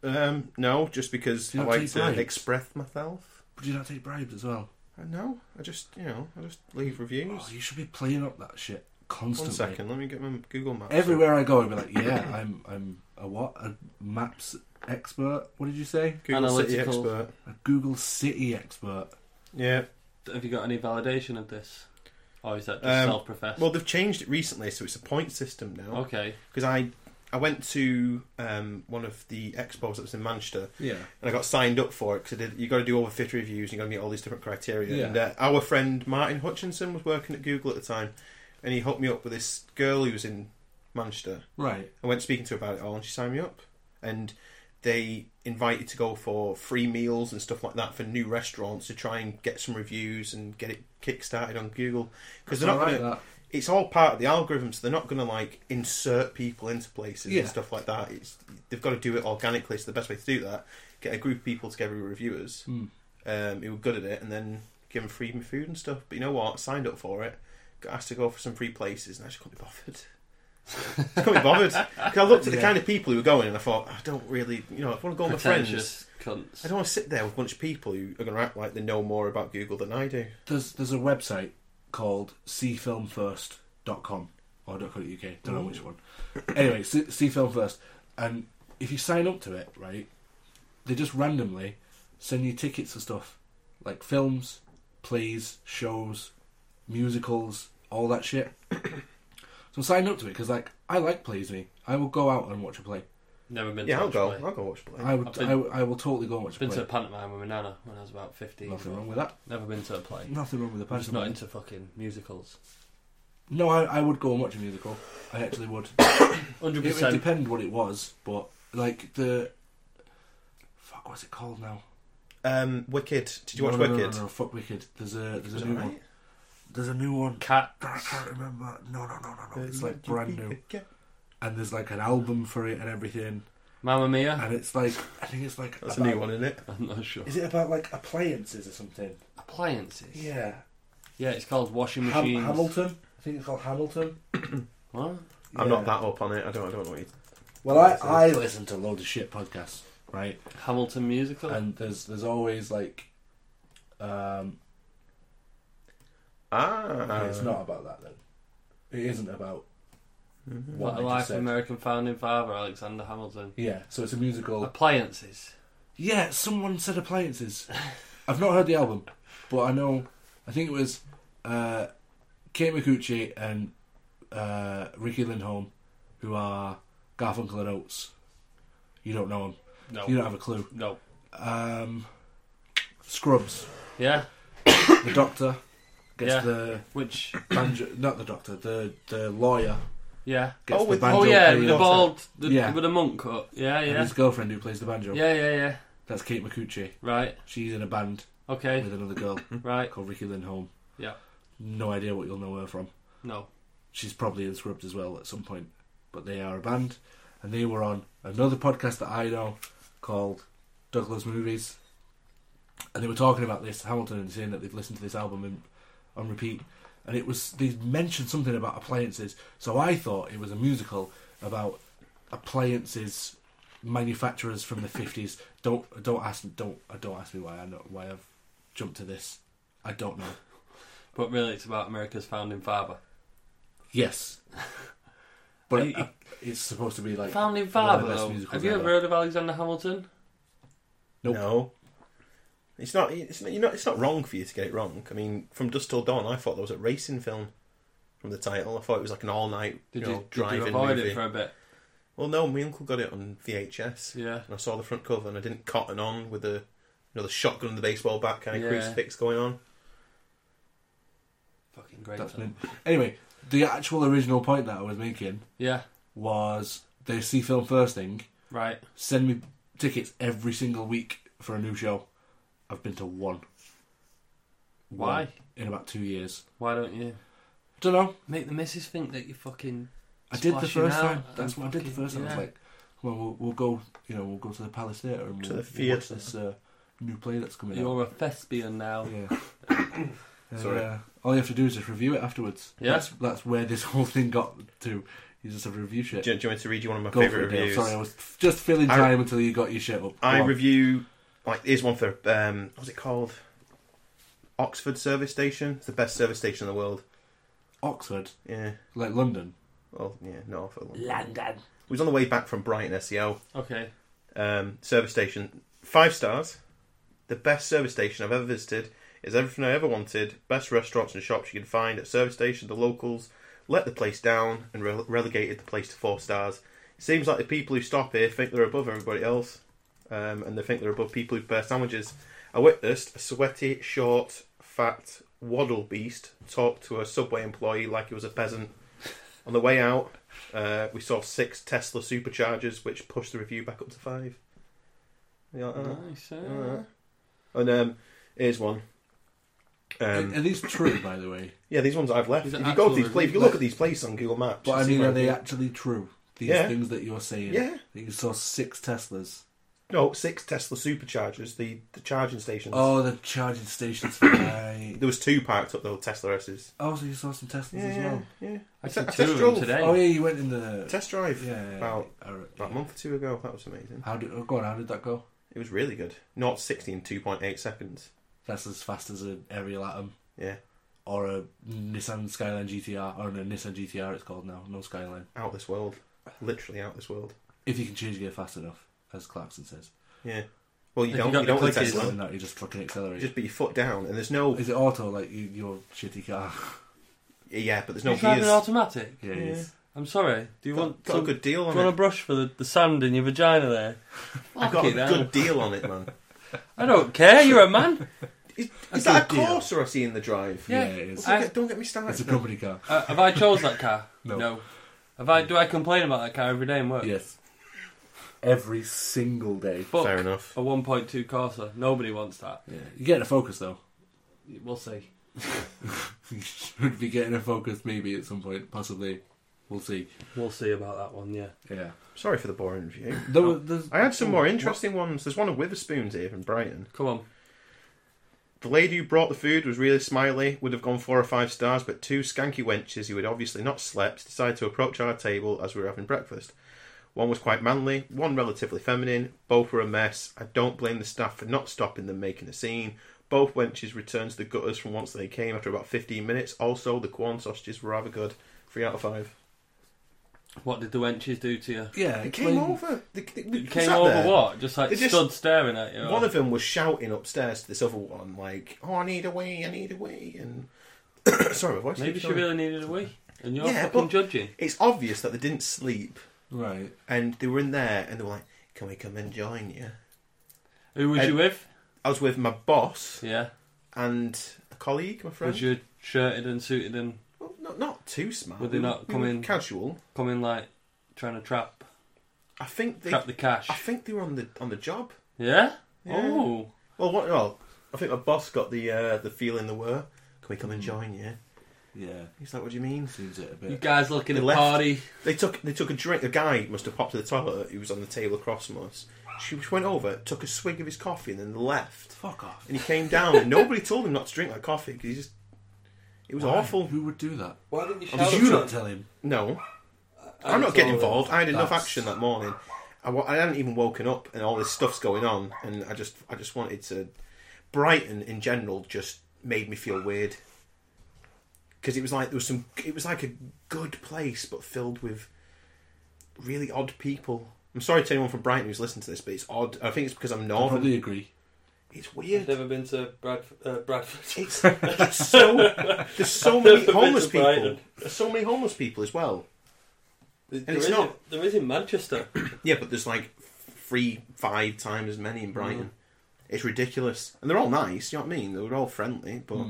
Um, no, just because Do you I not like take to bribes? express myself. But do you not take bribes as well? Uh, No, I just you know I just leave Oh, reviews. you should be playing up that shit One constantly. second, let me get my Google Maps. Everywhere I go, I'd be like, "Yeah, I'm, I'm a what? A maps expert? What did you say? up. Google City Analytical. expert. A Google City expert? Yeah. Have you got any validation of this? Or is that just Um, self professed? Well, they've changed it recently, so it's a point system now. okay. Because I I went to um, one of the expos that was in Manchester, Yeah, and I got signed up for it because you got to do over fifty reviews, and you got to meet all these different criteria. Yeah. And uh, our friend Martin Hutchinson was working at Google at the time, and he hooked me up with this girl who was in Manchester. right. I went speaking to her about it all, and she signed me up. And they invited to go for free meals and stuff like that for new restaurants to try and get some reviews and get it kickstarted on Google because they're not I like going to. that. It's all part of the algorithm, so they're not going to like insert people into places Yeah. and stuff like that. It's they've got to do it organically. So the best way to do that, get a group of people together, who are reviewers Hmm. um, who were good at it, and then give them free food and stuff. But you know what? Signed up for it. Got asked to go for some free places, and I just couldn't be bothered. Just couldn't be bothered. 'Cause I looked at the Yeah. kind of people who were going, and I thought, I don't really, you know, I want to go with my friends. Pretentious cunts. I don't want to sit there with a bunch of people who are going to act like they know more about Google than I do. There's there's a website called cfilmfirst.com or .co.uk. Don't know which one. Anyway, C- cfilmfirst, and if you sign up to it, right, they just randomly send you tickets for stuff like films, plays, shows, musicals, all that shit. so I signed up to it because like I like plays me. I will go out and watch a play. Never been Yeah, to I'll watch go. a play. I'll go watch play. I would. I've been- I, would- I will totally go and watch a Been to play. a pantomime with my nana when I was about 15. Nothing wrong with that. Never been to a play. Nothing wrong with the I'm just not pantomime. into fucking musicals. No, I, I would go and watch a musical. I actually would. It 100%. would depend what it was, but like the fuck, what's it called now? Um, Wicked. Did you No, watch no, no, Wicked? No, no, fuck Wicked. There's a there's Was a it new alright? one. There's a new one. Cat. I can't remember. No, no, no, no, no. It's like brand new, and there's like an album for it and everything. Mamma Mia? And it's like I think it's like That's a about- new one, isn't it? I'm not sure. Is it about like appliances or something? Appliances? Yeah, Yeah, it's called washing Ham- machines. Hamilton. I think it's called Hamilton. What? I'm Yeah. not that up on it. I don't. I don't know what you. Well, I, I listen to loads of shit podcasts, right? Hamilton musical? And there's there's always like, um, Ah, okay, it's Uh, not about that then. It isn't about what I what a just Mm-hmm. life of said. American founding father, Alexander Hamilton. Yeah, so it's a Uh, musical. Appliances. Yeah, someone said appliances. I've not heard the album, but I know. I think it was uh, Kate Micucci and uh, Ricky Lindholm, who are Garfunkel and Oates. You don't know them. No. You don't have a clue. No. Um, Scrubs, Yeah? the doctor gets Yeah. the Which, banjo. Not the doctor. The the lawyer yeah. gets Oh, the with- banjo. Oh, yeah, player with the bald, the, Yeah. with a monk cut. Yeah, And yeah. his girlfriend who plays the banjo. Yeah, yeah, yeah. That's Kate Micucci. Right. She's in a band Okay. with another girl Right. called Ricky Lindholm. Yeah. No idea what you'll know her from. No. She's probably in Scrubs as well at some point. But they are a band, and they were on another podcast that I know called Douglas Movies, and they were talking about this Hamilton and saying that they've listened to this album in, on repeat, and it was they mentioned something about appliances, so I thought it was a musical about appliances manufacturers from the fifties. Don't don't ask don't don't ask me why I know why I've jumped to this. I don't know. But really, it's about America's founding father. Yes. But He- uh, it's supposed to be like Founding one of father, the best though. musicals Have you ever. ever heard of Alexander Hamilton? Nope. No. It's not. It's not, you're not. It's not wrong for you to get it wrong. I mean, from Dust Till Dawn, I thought that was a racing film. From the title, I thought it was like an all-night Did you you, know, did you driving avoid movie. it for a bit? Well, no, my uncle got it on VHS, Yeah. and I saw the front cover, and I didn't cotton on with the, you know, the shotgun and the baseball bat kind of Yeah. crucifix going on. Fucking great. That's film. mint. Anyway, the actual original point that I was making Yeah. was they see film first thing, Right. send me tickets every single week for a new show. I've been to one. Why? One in about two years. Why don't you Don't know. make the missus think that you fucking? I did the Splashing first out time. and That's what I did the fucking- first time. I yeah. was like, well, we'll we'll go. You know, we'll go to the Palace Theatre and To we'll, the we'll watch theatre. this uh, new play that's coming out. You're a thespian now. Yeah. And, Sorry. uh, all you have to do is just review it afterwards. Yeah. That's, that's where this whole thing got to. You just have to review shit. Do you, do you want me to read you one of my Go for favourite it, Dale. reviews? Sorry, I was just filling I- time until you got your shit up. I Go on. review like here's one for um what was it called? Oxford service station. It's the best service station in the world. Oxford, Yeah. like London. Well, yeah, no, for long. It London. was on the way back from Brighton SEO. Okay. Um, service station. Five stars. The best service station I've ever visited is everything I ever wanted. Best restaurants and shops you can find at service station. The locals let the place down and rele- relegated the place to four stars. It seems like the people who stop here think they're above everybody else, um, and they think they're above people who prepare sandwiches. I witnessed a sweaty, short, fat waddle beast talk to a subway employee like he was a peasant. On the way out, uh, we saw six Tesla superchargers, which pushed the review back up to five. Yeah, uh, Nice. eh? uh. and um, here's one. Um, Are- are these true, by the way? yeah, these ones I've left. These are If you go to actual these places, if you reviews. look at these places on Google Maps. But you I see mean, where are they they- actually true? These Yeah. things that you're saying. Yeah. That you saw six Teslas. No, six Tesla superchargers. The the charging stations. Oh, the charging stations. right. There was two parked up though Tesla S's. Oh, so you saw some Teslas as well. yeah. I Te- took test two of them drove. today. Oh yeah, you went in the. Test drive yeah. about- all right. about a month or two ago. That was amazing. How did? Oh, go on. How did that go? It was really good. Not 60 in 2.8 seconds. That's as fast as an aerial atom. Yeah, or a Nissan Skyline GTR or no Nissan GTR it's called now, no Skyline. out this world. Literally out this world. If you can change gear fast enough, as Clarkson says. Yeah. Well, you If you don't. got You, don't the with a clickers. Tesla. Than that, you just fucking You accelerate. just put your foot down, and there's no. Is it auto like you, your shitty car? Yeah, but there's you no driving gears. an automatic? Yeah, it is. I'm sorry. Do you got, want got some, a good deal do on you want a it. brush for the, the sand in your vagina there? I got a Fucking hell. good deal on it, man. I don't care. You're a man. Is, A is that a good deal. Corsa I see in the drive? Yeah. it is. Don't, I- get, don't get me started. It's a no. company car. Uh, have I chose that car? No. Have I? Do I complain about that car every day in work? Yes. Every single day. Fuck Fair enough. a 1.2 Corsa. Nobody wants that. Yeah. You get in a Focus though. We'll see. You should be getting a Focus maybe at some point, possibly. We'll see. We'll see about that one. Yeah. Yeah. Sorry for the boring review. There were, there's, Oh, Oh, I had some more interesting ones. There's one of Witherspoon's here in Brighton. Come on. The lady who brought the food was really smiley, would have gone four or five stars, but two skanky wenches who had obviously not slept decided to approach our table as we were having breakfast. One was quite manly, one relatively feminine, both were a mess. I don't blame the staff for not stopping them making a scene. Both wenches returned to the gutters from whence they came after about 15 minutes. Also, the corn sausages were rather good. Three out of five. What did the wenches do to you? yeah. They explain- came over. They, they- we You came sat over there. what? Just like They just- stood staring at you. One of them was shouting upstairs to this other one, like, "Oh, I need a wee, I need a wee," and sorry, my voice. Maybe keeps she going. really needed a wee, and you're Yeah, fucking but- judging. It's obvious that they didn't sleep, Right. and they were in there, and they were like, "Can we come and join you?" Who was And- you with? I was with my boss Yeah. and a colleague, my friend. Was you shirted and suited and Well, not, not too smart. Were they We not we were coming- Casual. coming like trying to trap I think they. trap the cash? I think they were on the on the job. Yeah. Yeah. Oh. Well, what? Well, I think my boss got the uh, the feeling they were. Can we come and join you? Yeah. He's like, "What do you mean?" Seems it a You bit. guys looking They at left. party? They took they took a drink. A guy must have popped to the toilet. who was on the table across from us. She just went over, took a swig of his coffee, and then left. Fuck off. And he came down. and nobody told him not to drink that coffee because he just it was Why? awful. Who would do that? Why didn't you shout Did you not tell him? No, I'm not getting involved. I had enough That's- action that morning. I, wa- I hadn't even woken up, and all this stuff's going on. And I just I just wanted to. Brighton in general just made me feel weird because it was like there was some. It was like a good place, but filled with really odd people. I'm sorry to anyone from Brighton who's listened to this, but it's odd. I think it's because I'm I northern. probably agree. It's weird. never been to Bradford. Uh, Bradford. It's, it's so there's so many Never been homeless to people. Brighton. There's so many homeless people as well. There it's is- not. There is in Manchester. Yeah, but there's like three, five times as many in Brighton. It's ridiculous, and they're all nice. You know what I mean? They were all friendly, but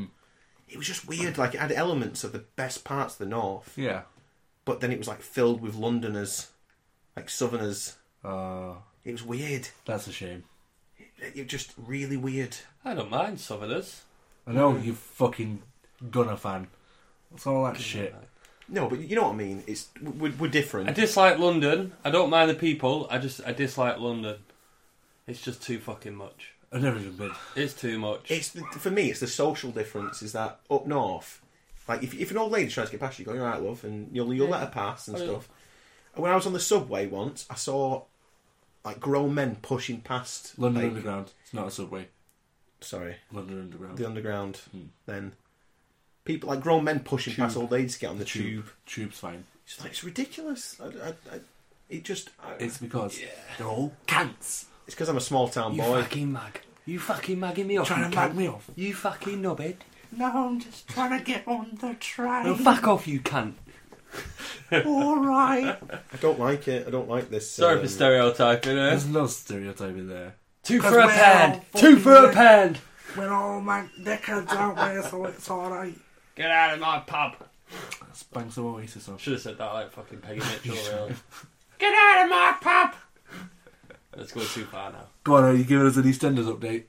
it was just weird. Like it had elements of the best parts of the north, Yeah. but then it was like filled with Londoners, like Southerners. Uh, It was weird. that's a shame. It, it was just really weird. I don't mind Southerners. I know you fucking Gunner fan. What's all that shit? No, but you know what I mean. It's we're, we're different. I dislike London. I don't mind the people. I just I dislike London. It's just too fucking much. I've never even been. It's too much. It's the, for me. It's the social difference. Is that up north? Like if, if an old lady tries to get past you, you go, "You're right, love," and you'll you'll let her pass and Oh, yeah. stuff. And when I was on the subway once, I saw like grown men pushing past London like- Underground. It's not a subway. Sorry, London Underground. the underground. Hmm. Then people like grown men pushing Tube. past old ladies to get on the tube. Tube's fine. It's like it's ridiculous. I, I, I, it just I, It's because Yeah. they're all cants. it's because I'm a small town you boy. fucking mag. You fucking magging me off. Trying you to mug cunt. me off. You fucking knobhead. No, I'm just trying to get on the train. Well, fuck off, you cunt. All right. I don't like it. I don't like this. Sorry um, for stereotyping. Eh? There's no stereotyping there. Two 'Cause for a we're pound. all Two for a fucking- pound. We're all man dickheads, aren't we? So it's all right. Get out of my pub. Let's bang some Oasis on. Should have said that like fucking Peggy Mitchell. Really. Get out of my pub. Let's go too far now. Go on, are you giving us an EastEnders update?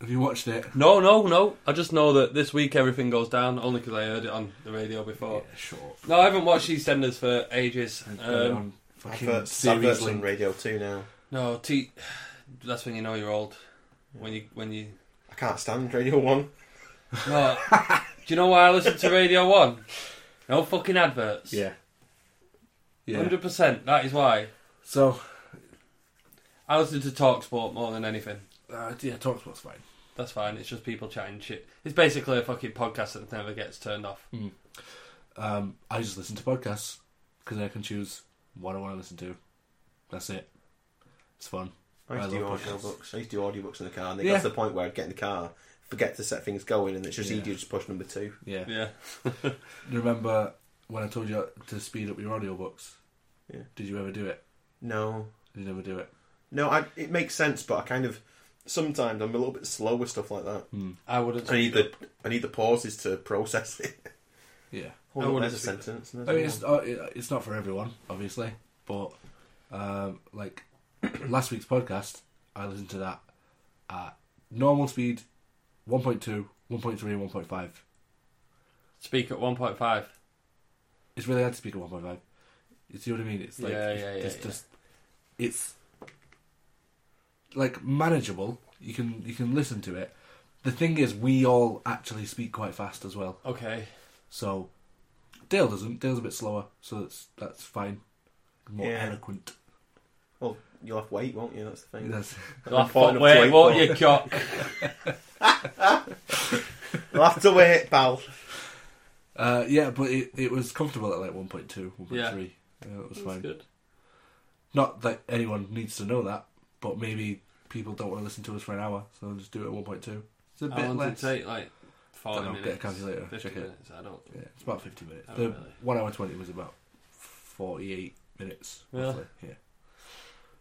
Have you watched it? No, no, no. I just know that this week everything goes down only because I heard it on the radio before. sure. No, I haven't watched EastEnders for ages. Oh, Got it Um, on fucking Adverts, adverts seriously. on radio too now. no, T. That's when you know you're old. When you when you. I can't stand Radio One. No. Do you know why I listen to Radio One? No fucking adverts. Yeah. Yeah. Hundred percent. That is why So, I listen to Talksport more than anything. uh, yeah, Talksport's fine. That's fine. It's just people chatting shit. It's basically a fucking podcast that never gets turned off. Um, I just listen to podcasts because I can choose what I want to listen to. That's it. It's fun. I used to I do love audiobooks. I used to do audiobooks in the car, and it Yeah. got to the point where I'd get in the car, forget to set things going, and it's just Yeah. easier to just push number two. Yeah. Yeah. Remember when I told you to speed up your audiobooks? Yeah. Did you ever do it? No, Did you never do it? no, I, it makes sense, but I kind of sometimes I'm a little bit slow with stuff like that. Hmm. I wouldn't. I need the I need the pauses to process it. Yeah. Hold I on, wouldn't there's a speak- sentence. and I mean, there's it's uh, it- it's not for everyone, obviously, but um, like last week's podcast, I listened to that at normal speed, 1.2, 1.3, and 1.5. Speak at 1.5. It's really hard to speak at 1.5. You see what I mean? It's like Yeah, yeah, yeah, it's yeah. just it's like manageable. You can you can listen to it. The thing is, we all actually speak quite fast as well. Okay. So Dale doesn't. Dale's a bit slower, so that's that's fine. More Yeah. eloquent. Well, you'll have to wait, won't you? That's the thing. That's- You'll have to Important wait, point, won't Paul. you, cock? You'll have to wait, pal. Uh, yeah, but it, it was comfortable at like 1.2, 1.3. Yeah. Yeah, that was That's fine. good. Not that anyone needs to know that, but maybe people don't want to listen to us for an hour, so they'll just do it at 1.2. It's a I bit want less. to take like 40 Don't know, minutes. get a calculator, 50 check it. minutes. I don't. Yeah, it's about 50 minutes. Oh, the really? 1 hour 20 was about 48 minutes. Really? Roughly. Yeah.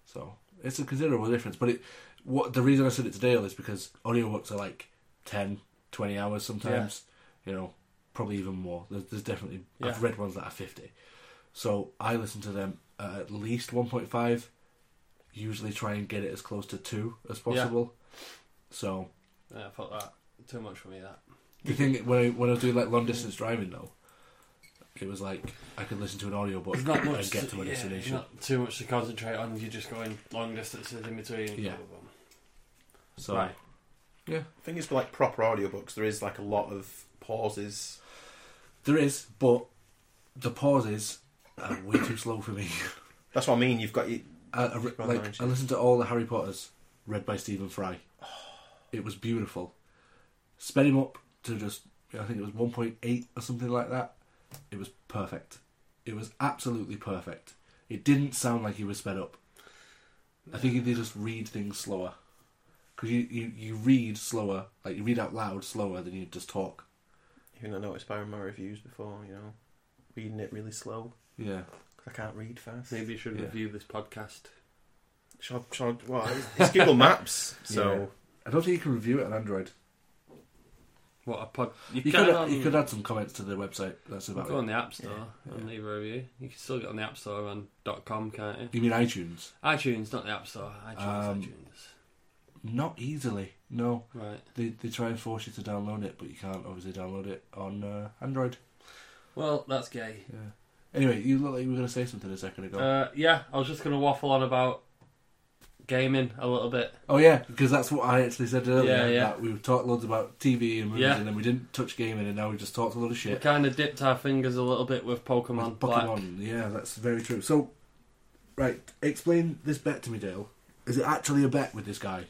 So it's a considerable difference. But it, what the reason I said it to Dale is because audiobooks are like 10, 20 hours sometimes, you know, probably even more. There's, there's definitely, Yeah. I've read ones that are 50. So I listen to them at, at least 1.5, usually try and get it as close to 2 as possible. So Yeah, fuck that. Too much for me, that. the thing when I when I was doing like long distance driving though, it was like I could listen to an audiobook There's not much and get to my yeah, destination. Not too much to concentrate on. You're just going long distances in between. Yeah. blah, blah, blah. So Right. The thing is, for like proper audiobooks, there is like a lot of pauses. there is, but the pauses are way too slow for me. That's what I mean. You've got you, I, I, re- Well, like aren't I you? listened to all the Harry Potters read by Stephen Fry. It was beautiful. Sped him up to just I think it was 1.8 or something like that. It was perfect. It was absolutely perfect. It didn't sound like he was sped up. I think they just read things slower. Because you, you, you read slower, like you read out loud slower than you just talk. even I noticed by my reviews before, you know, reading it really slow. Yeah. 'cause I can't read fast. Maybe you should Yeah. review this podcast. Shall, I- shall, I- well, it's- it's Google Maps, Yeah. so I don't think you can review it on Android. What a pod. You, You can could, on, you could add some comments to the website. That's you about go on it. the App Store Yeah, and yeah. leave a review. You can still get on the App Store and .com, can't you? You mean iTunes? iTunes, not the App Store. iTunes, Um, iTunes. Not easily. No. Right. They, they try and force you to download it, but you can't obviously download it on uh, Android. Well, that's gay. Yeah. Anyway, you look like you were going to say something a second ago. Uh, yeah, I was just going to waffle on about gaming a little bit. oh yeah, because that's what I actually said earlier. Yeah, yeah. That we talked loads about TV and movies, Yeah. and then we didn't touch gaming, and now we just talked a lot of We shit. kind of dipped our fingers a little bit with Pokemon. With Black. Pokemon. Yeah, that's very true. So, right, explain this bet to me, Dale. Is it actually a bet with this guy?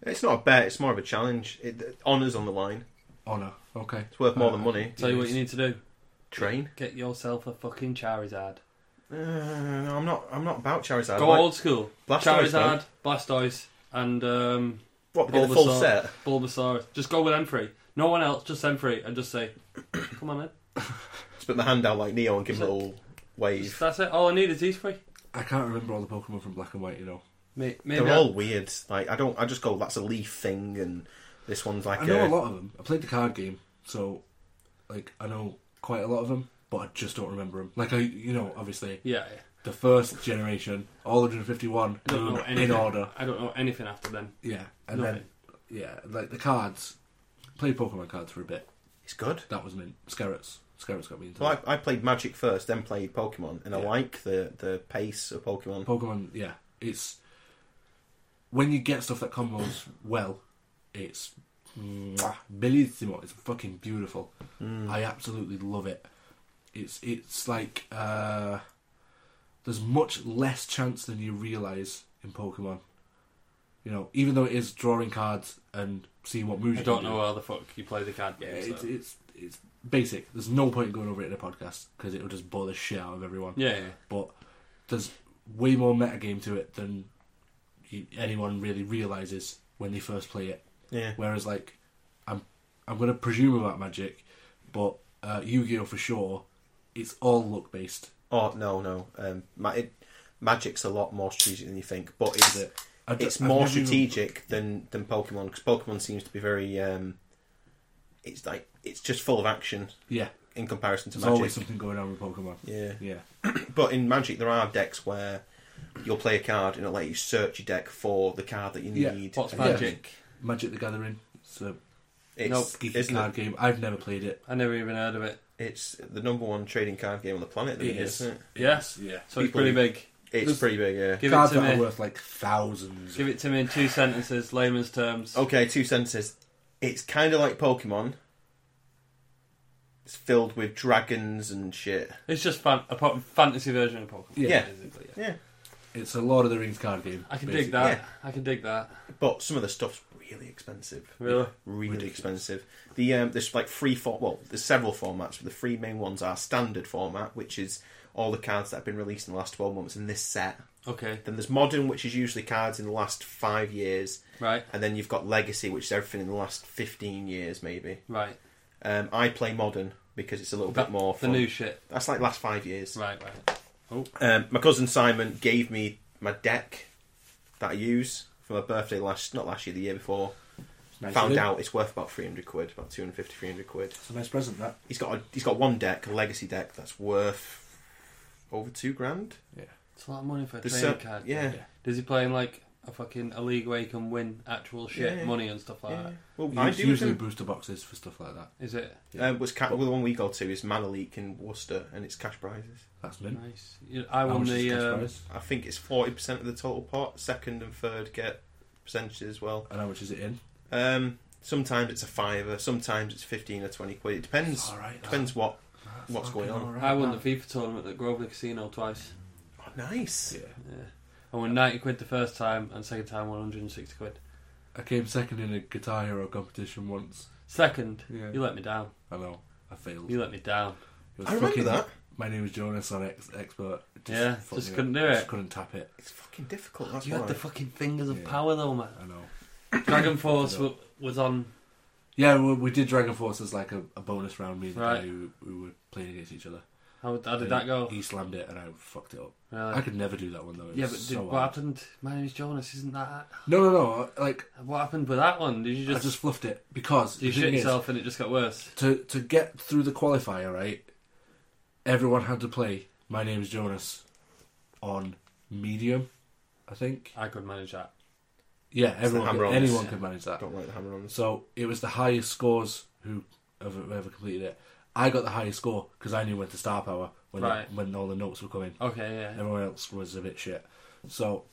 it's not a bet. It's more of a challenge. It, it honors on the line. Honor. Okay. It's worth more Uh, than money. Tell you what you need to do. Train. Get yourself a fucking Charizard. Uh, no, I'm not. I'm not about Charizard. Go Like, old school. Blastoise, Charizard, though. Blastoise, and um, What? Get the full Bulbasaur. set. Bulbasaur. Just go with them three. No one else. Just them three, and just say, "Come on, Just put my hand out like Neo and give Is him a it- little then." wave. Just- that's it. All I need is these three. I can't remember all the Pokemon from Black and White. You know. May- Maybe. They're I- all weird. Like I don't. I just go. That's a leaf thing, and this one's like I know a a, lot of them. I played the card game, so like I know quite a lot of them, but I just don't remember them. Like I, you know, obviously Yeah, yeah. the first generation, all 151 I don't know um, anything. in order. I don't know anything after them. Yeah, and Nothing. then yeah, like the cards. Played Pokemon cards for a bit. It's good. That was mint. Scarrets. Scarrets got me into Well, that. I, I played Magic first, then played Pokemon, and I Yeah. like the the pace of Pokemon. Pokemon. Yeah, it's when you get stuff that combos well, it's mwah, bellissimo. It's fucking beautiful. Mm. I absolutely love it. It's it's like uh, there's much less chance than you realize in Pokemon. You know, even though it is drawing cards and seeing what moves I you don't can know do, how the fuck you play the card Yeah, game. it's, so. it's it's basic. There's no point in going over it in a podcast because it'll just bore the shit out of everyone. yeah, yeah. But there's way more metagame to it than you, anyone really realizes when they first play it. Yeah. Whereas like, I'm I'm gonna presume about Magic, but uh, Yu-Gi-Oh for sure, it's all luck based. Oh no, no. Um, ma- it, magic's a lot more strategic than you think, but it's Is it? I d- it's I've more never even- strategic than than Pokemon because Pokemon seems to be very. Um, it's like it's just full of action yeah, in comparison to there's Magic. always something going on with Pokemon. Yeah, Yeah, but in Magic there are decks where you'll play a card and it'll let you search your deck for the card that you Yeah. need. What's And magic? Magic the Gathering. It's a It's, Nope. geeky isn't card it? game. I've never played it. I never even heard of it. It's the number one trading card game on the planet. It It is. is. Isn't it? Yes. Yeah. So it's People- pretty big. It's There's- pretty big. Yeah. Give it Cards to that me. are worth like thousands. Give it to me in two sentences, layman's terms. Okay, two sentences. It's kind of like Pokemon. It's filled with dragons and shit. It's just fan- a po- fantasy version of Pokemon. Yeah. Yeah. basically, yeah. Yeah, It's a Lord of the Rings card game. I can basically. dig that. Yeah. I can dig that. but some of the stuff's really expensive. Really? really Ridiculous. expensive. The um, there's like three for well, there's several formats, but the three main ones are standard format, which is all the cards that have been released in the last twelve months in this set. Okay. Then there's modern, which is usually cards in the last five years, Right. and then you've got legacy, which is everything in the last fifteen years, maybe. Right. Um, I play modern because it's a little That- bit more The fun. new shit. That's like last five years. Right. Right. Um, my cousin Simon gave me my deck that I use for my birthday last, not last year, the year before. Nice Found thing. out it's worth about 300 quid, about 250, 300 quid. It's a nice present that. He's got a, he's got one deck, a legacy deck, that's worth over two grand. It's a lot of money for a There's trading so- card. yeah. yeah. Does he play in like a fucking a league where he can win actual shit Yeah. money and stuff like Yeah. that? Well, Oh, I It's do with usually him. booster boxes for stuff like that. Is it yeah. Um, was ca- well, the one we go to is Mana Leak in Worcester, and it's cash prizes. That's mint. nice? You- I How won much is the. cash Um, prize? I think it's 40% of the total pot. Second and third get percentages as well. And how much is it in? Um, sometimes it's a fiver, sometimes it's 15 or 20 quid. It depends. all right. Depends what That's what's fucking going on. all right, um, I won the that. FIFA tournament at Grosvenor Casino twice. Oh, nice. Yeah. Yeah. I won ninety quid the first time and second time one hundred and sixty quid. I came second in a Guitar Hero competition once. Second, Yeah. you let me down. I know. I failed. You let me down. It was I remember fucking- that. My name is Jonas on X Expert. It Yeah, fucked just me up. couldn't do Just it. couldn't tap it. It's fucking difficult. That's you why. had the fucking fingers of Yeah. power though, man. I know. Dragon Force No. w- was on. Yeah, we, we did Dragon Force as like a, a bonus round. Me and the Right. guy who, who were playing against each other. How, how did And that go? He slammed it, and I fucked it up. Really? I could never do that one though. It yeah, was but did, so what hard. happened? My name's Jonas. Isn't that No, no, no. Like what happened with that one? Did you I just, just fluffed it because did you the thing shit is, yourself and it just got worse? to to get through the qualifier, right? Everyone had to play. My name's Jonas on medium, I think. I could manage that. Yeah, everyone, hammer could, ons. anyone could manage that. Don't like the hammer ons. So it was the highest scores who ever, ever completed it. I got the highest score because I knew when to star power when the- Right. when all the notes were coming. Okay, yeah. Everyone else was a bit shit. So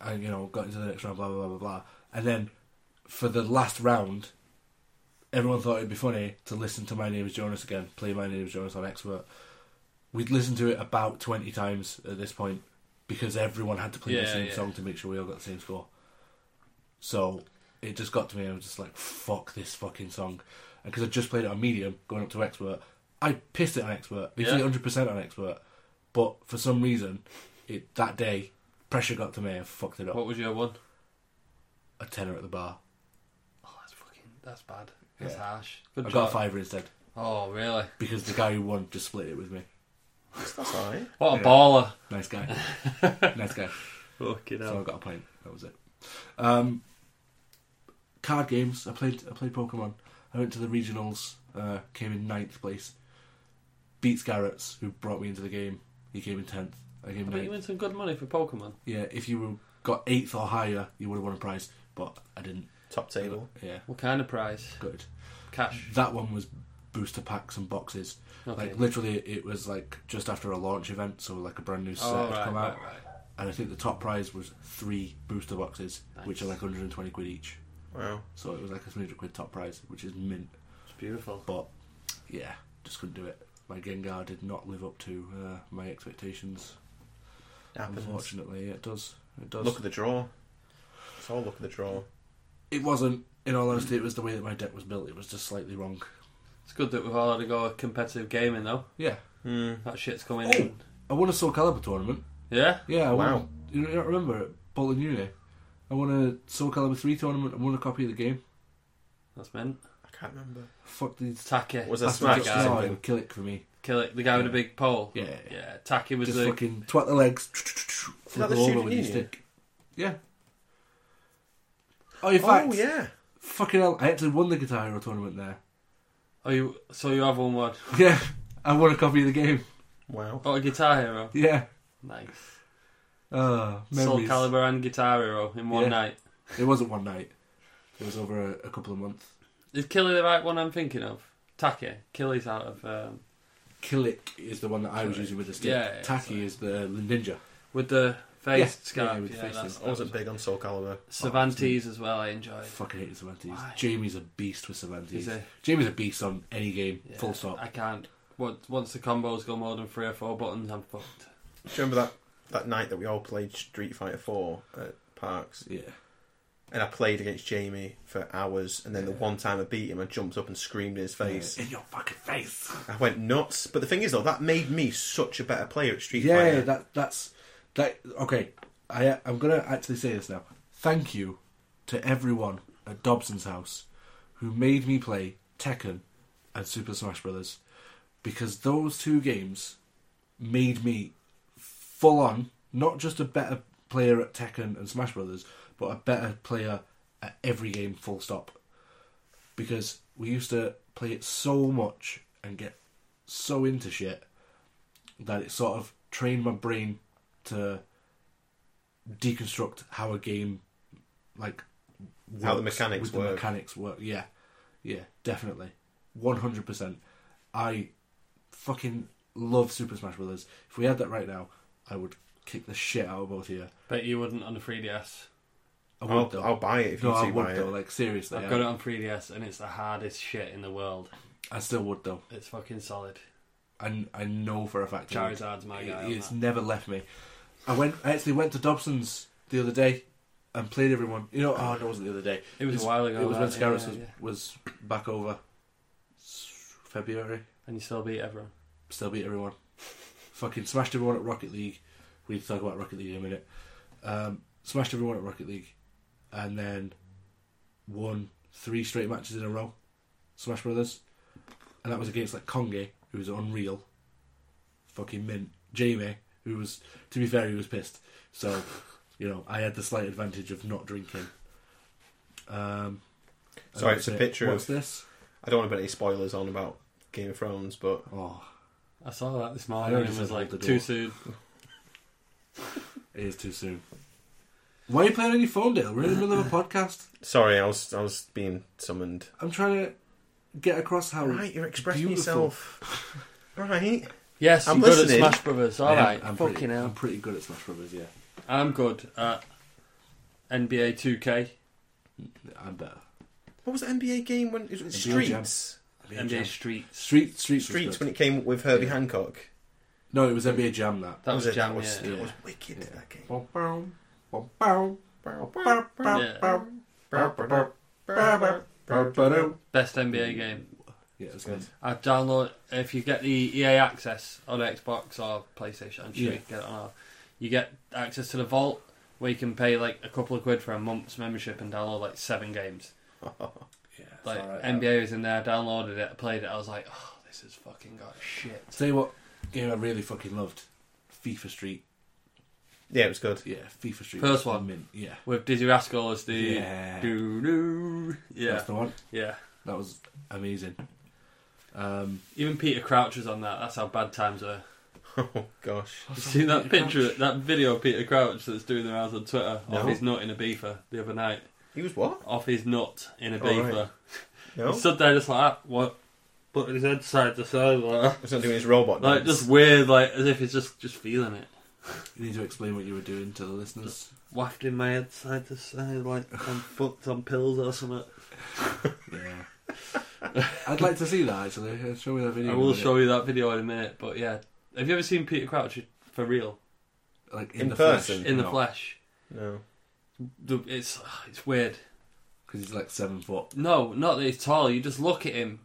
I, you know, got into the next round, blah blah blah blah blah, and then for the last round, everyone thought it'd be funny to listen to my name is Jonas again, play my name is Jonas on expert. We'd listened to it about twenty times at this point because everyone had to play the Yeah, same yeah. song to make sure we all got the same score. So it just got to me. I was just like, "Fuck this fucking song," and because I just played it on medium, going up to expert, I pissed it on expert. It's Yeah. hundred percent on expert, but for some reason, it that day pressure got to me and fucked it up. What was your one? A tenner at the bar. Oh, that's fucking. That's bad. That's Yeah. harsh. Good I job. got a fiver instead Oh, really? because the guy who won just split it with me. That's alright. What a Yeah. baller. Nice guy. nice guy. Fucking So I got a pint. That was it. Um, card games. I played. I played Pokemon. I went to the regionals. Uh, came in ninth place. Beats Garrett's, who brought me into the game. He came in tenth. I came I bet you ninth. win some good money for Pokemon. Yeah, if you were, got eighth or higher, you would have won a prize. But I didn't. Top table. Yeah, What kind of prize? good. Cash. That one was booster packs and boxes. Okay. Like literally, it was like just after a launch event, so like a brand new set oh, had right, uh, come out. right, right. And I think the top prize was three booster boxes, which are Nice. like 120 quid each. Wow. So it was like a 300 quid top prize, which is mint. It's beautiful. But yeah, just couldn't do it. My Gengar did not live up to uh, my expectations. It happens. Unfortunately, it does. It does. Look at the draw. It's all look at the draw. it wasn't. In all honesty, it was the way that my deck was built. It was just slightly wrong. It's good that we've all had a go at competitive gaming though. Yeah, Hmm. That shit's coming Oh. in. I won a Soul Calibur tournament. Yeah? Yeah, I Wow. won. You don't remember it? Bolton Uni. I won a Soul Calibur 3 tournament. I won a copy of the game. That's meant. I can't remember. Fuck these. Taki. Was I that think Smash it's- or no, something? Kill it for me. Kill it. The guy with the big pole. Yeah. Yeah. Taki was Just the. fucking twat the legs. that Flip the them over student with your union? stick. Yeah. Oh, in fact, Oh yeah. fucking hell, I actually won the Guitar Hero tournament there. Oh, you. So you have one one. Yeah, I won a copy of the game. Wow. Got Oh, a Guitar Hero. Yeah. Nice. Oh, Soul memories. Calibur and Guitar Hero in one Yeah. night. It wasn't one night. It was over a, a couple of months. Is Killy the right one I'm thinking of? Taki. Killy's out of. Um, Killick is the one that I was Killick. using with the stick. Yeah, yeah, Taki sorry. is the ninja. with the face Yeah, scarf. yeah, Yeah, with the face that's, thing. I wasn't big on Soul Calibur. Cervantes as well, I enjoyed. Fucking hated Cervantes. Why? Jamie's a beast with Cervantes. He's a, Jamie's a beast on any game. yeah, Full stop. I can't. Once once the combos go more than three or four buttons, I'm fucked. Do you remember that that night that we all played Street Fighter Four at Parks? yeah. And I played against Jamie for hours, and then the one time I beat him, I jumped up and screamed in his face. In your fucking face. I went nuts. But the thing is, though, that made me such a better player at Street Yeah, Fighter. that that's that. Okay, I I'm gonna actually say this now. Thank you to everyone at Dobson's house who made me play Tekken and Super Smash Brothers because those two games made me full on not just a better player at Tekken and Smash Brothers, but a better player at every game. Full stop. Because we used to play it so much and get so into shit that it sort of trained my brain to deconstruct how a game like How the works, mechanics with the work. mechanics work yeah yeah definitely 100% i fucking love super smash brothers if we had that right now i would kick the shit out of both of you Bet you wouldn't on the 3DS. i would I'll, though I'll buy it if no you i two buy would it. though like seriously I've I, got it on 3DS, and it's the hardest shit in the world. I still would though It's fucking solid. I, I know for a fact I would. Charizard's my guy. It- on it's that. never left me. I went. I actually went to Dobson's the other day and played everyone. You know, oh, no, it wasn't the other day. It was it's- a while ago. It was when that, Scarus yeah, was, yeah. was back over s- February. And you still beat everyone. Still beat everyone. Fucking smashed everyone at Rocket League. We need to talk about Rocket League in a minute. Um, smashed everyone at Rocket League, and then won three straight matches in a row. Smash Brothers, and that was against like Conge, who was unreal. Fucking mint Jamie, who was to be fair, he was pissed. So, you know, I had the slight advantage of not drinking. Um, and Sorry, that's it's a it. picture of- What's this? I don't want to put any spoilers on about Game of Thrones, but Oh, I saw that this I morning only and said was hold like, the door. too soon. It is too soon. Why are you playing on your phone, Dale? We're in the middle of a podcast. sorry, I was I was being summoned. I'm trying to get across how. Right, you're expressing beautiful. yourself. right. Yes, I'm I'm good listening. at Smash Brothers. I All am- right, I'm fucking pretty, I'm hell. pretty good at Smash Brothers. Yeah, I'm good at NBA 2K, I'm better. What was the NBA game when it was NBA Jam. Streets? NBA Streets. Street, street, Streets when it came with Herbie Yeah. Hancock. No, it was NBA Jam that. That was, it? jam. that was, yeah. that yeah. was wicked. Yeah. That game. Bow, bow, bow, bow, bow, bow, Yeah. bow, bow, bow, bow, bow, bow. Best NBA game. Yeah, it's good. I download if you get the EA access on Xbox or PlayStation. I'm sure Yeah. you can get it on. all. You get access to the vault where you can pay like a couple of quid for a month's membership and download like seven games. Yeah, it's Like alright, that. NBA was in there. I downloaded it, played it. I was like, oh, this has fucking got shit. Tell you what game I really fucking loved, FIFA Street. Yeah, it was good. Yeah, FIFA Street. First one. Mint. Yeah. With Dizzy Rascal as the Yeah. doo-doo. yeah That's the one. yeah. That was amazing. Um, Even Peter Crouch was on that. That's how bad times were. Oh gosh. You seen that picture, that video of Peter Crouch that's doing the rounds on Twitter No. of his nut in a beaver the other night. He was what? Off his nut in a Oh, right. beaver. No. He stood there just like that, what? Putting his head side to side like that. He's not doing his robot. Like dance. just weird, like as if he's just just feeling it. You need to explain what you were doing to the listeners. Wafting my head side to side like I'm fucked on pills or something. Yeah. I'd like to see that actually. Uh, Show me that video. I will show you that video in a minute, but yeah. Have you ever seen Peter Crouch for real? Like in, In the person. flesh. In the flesh. no. The- It's ah, it's weird. Because he's like seven foot. No, not that he's tall. You just look at him,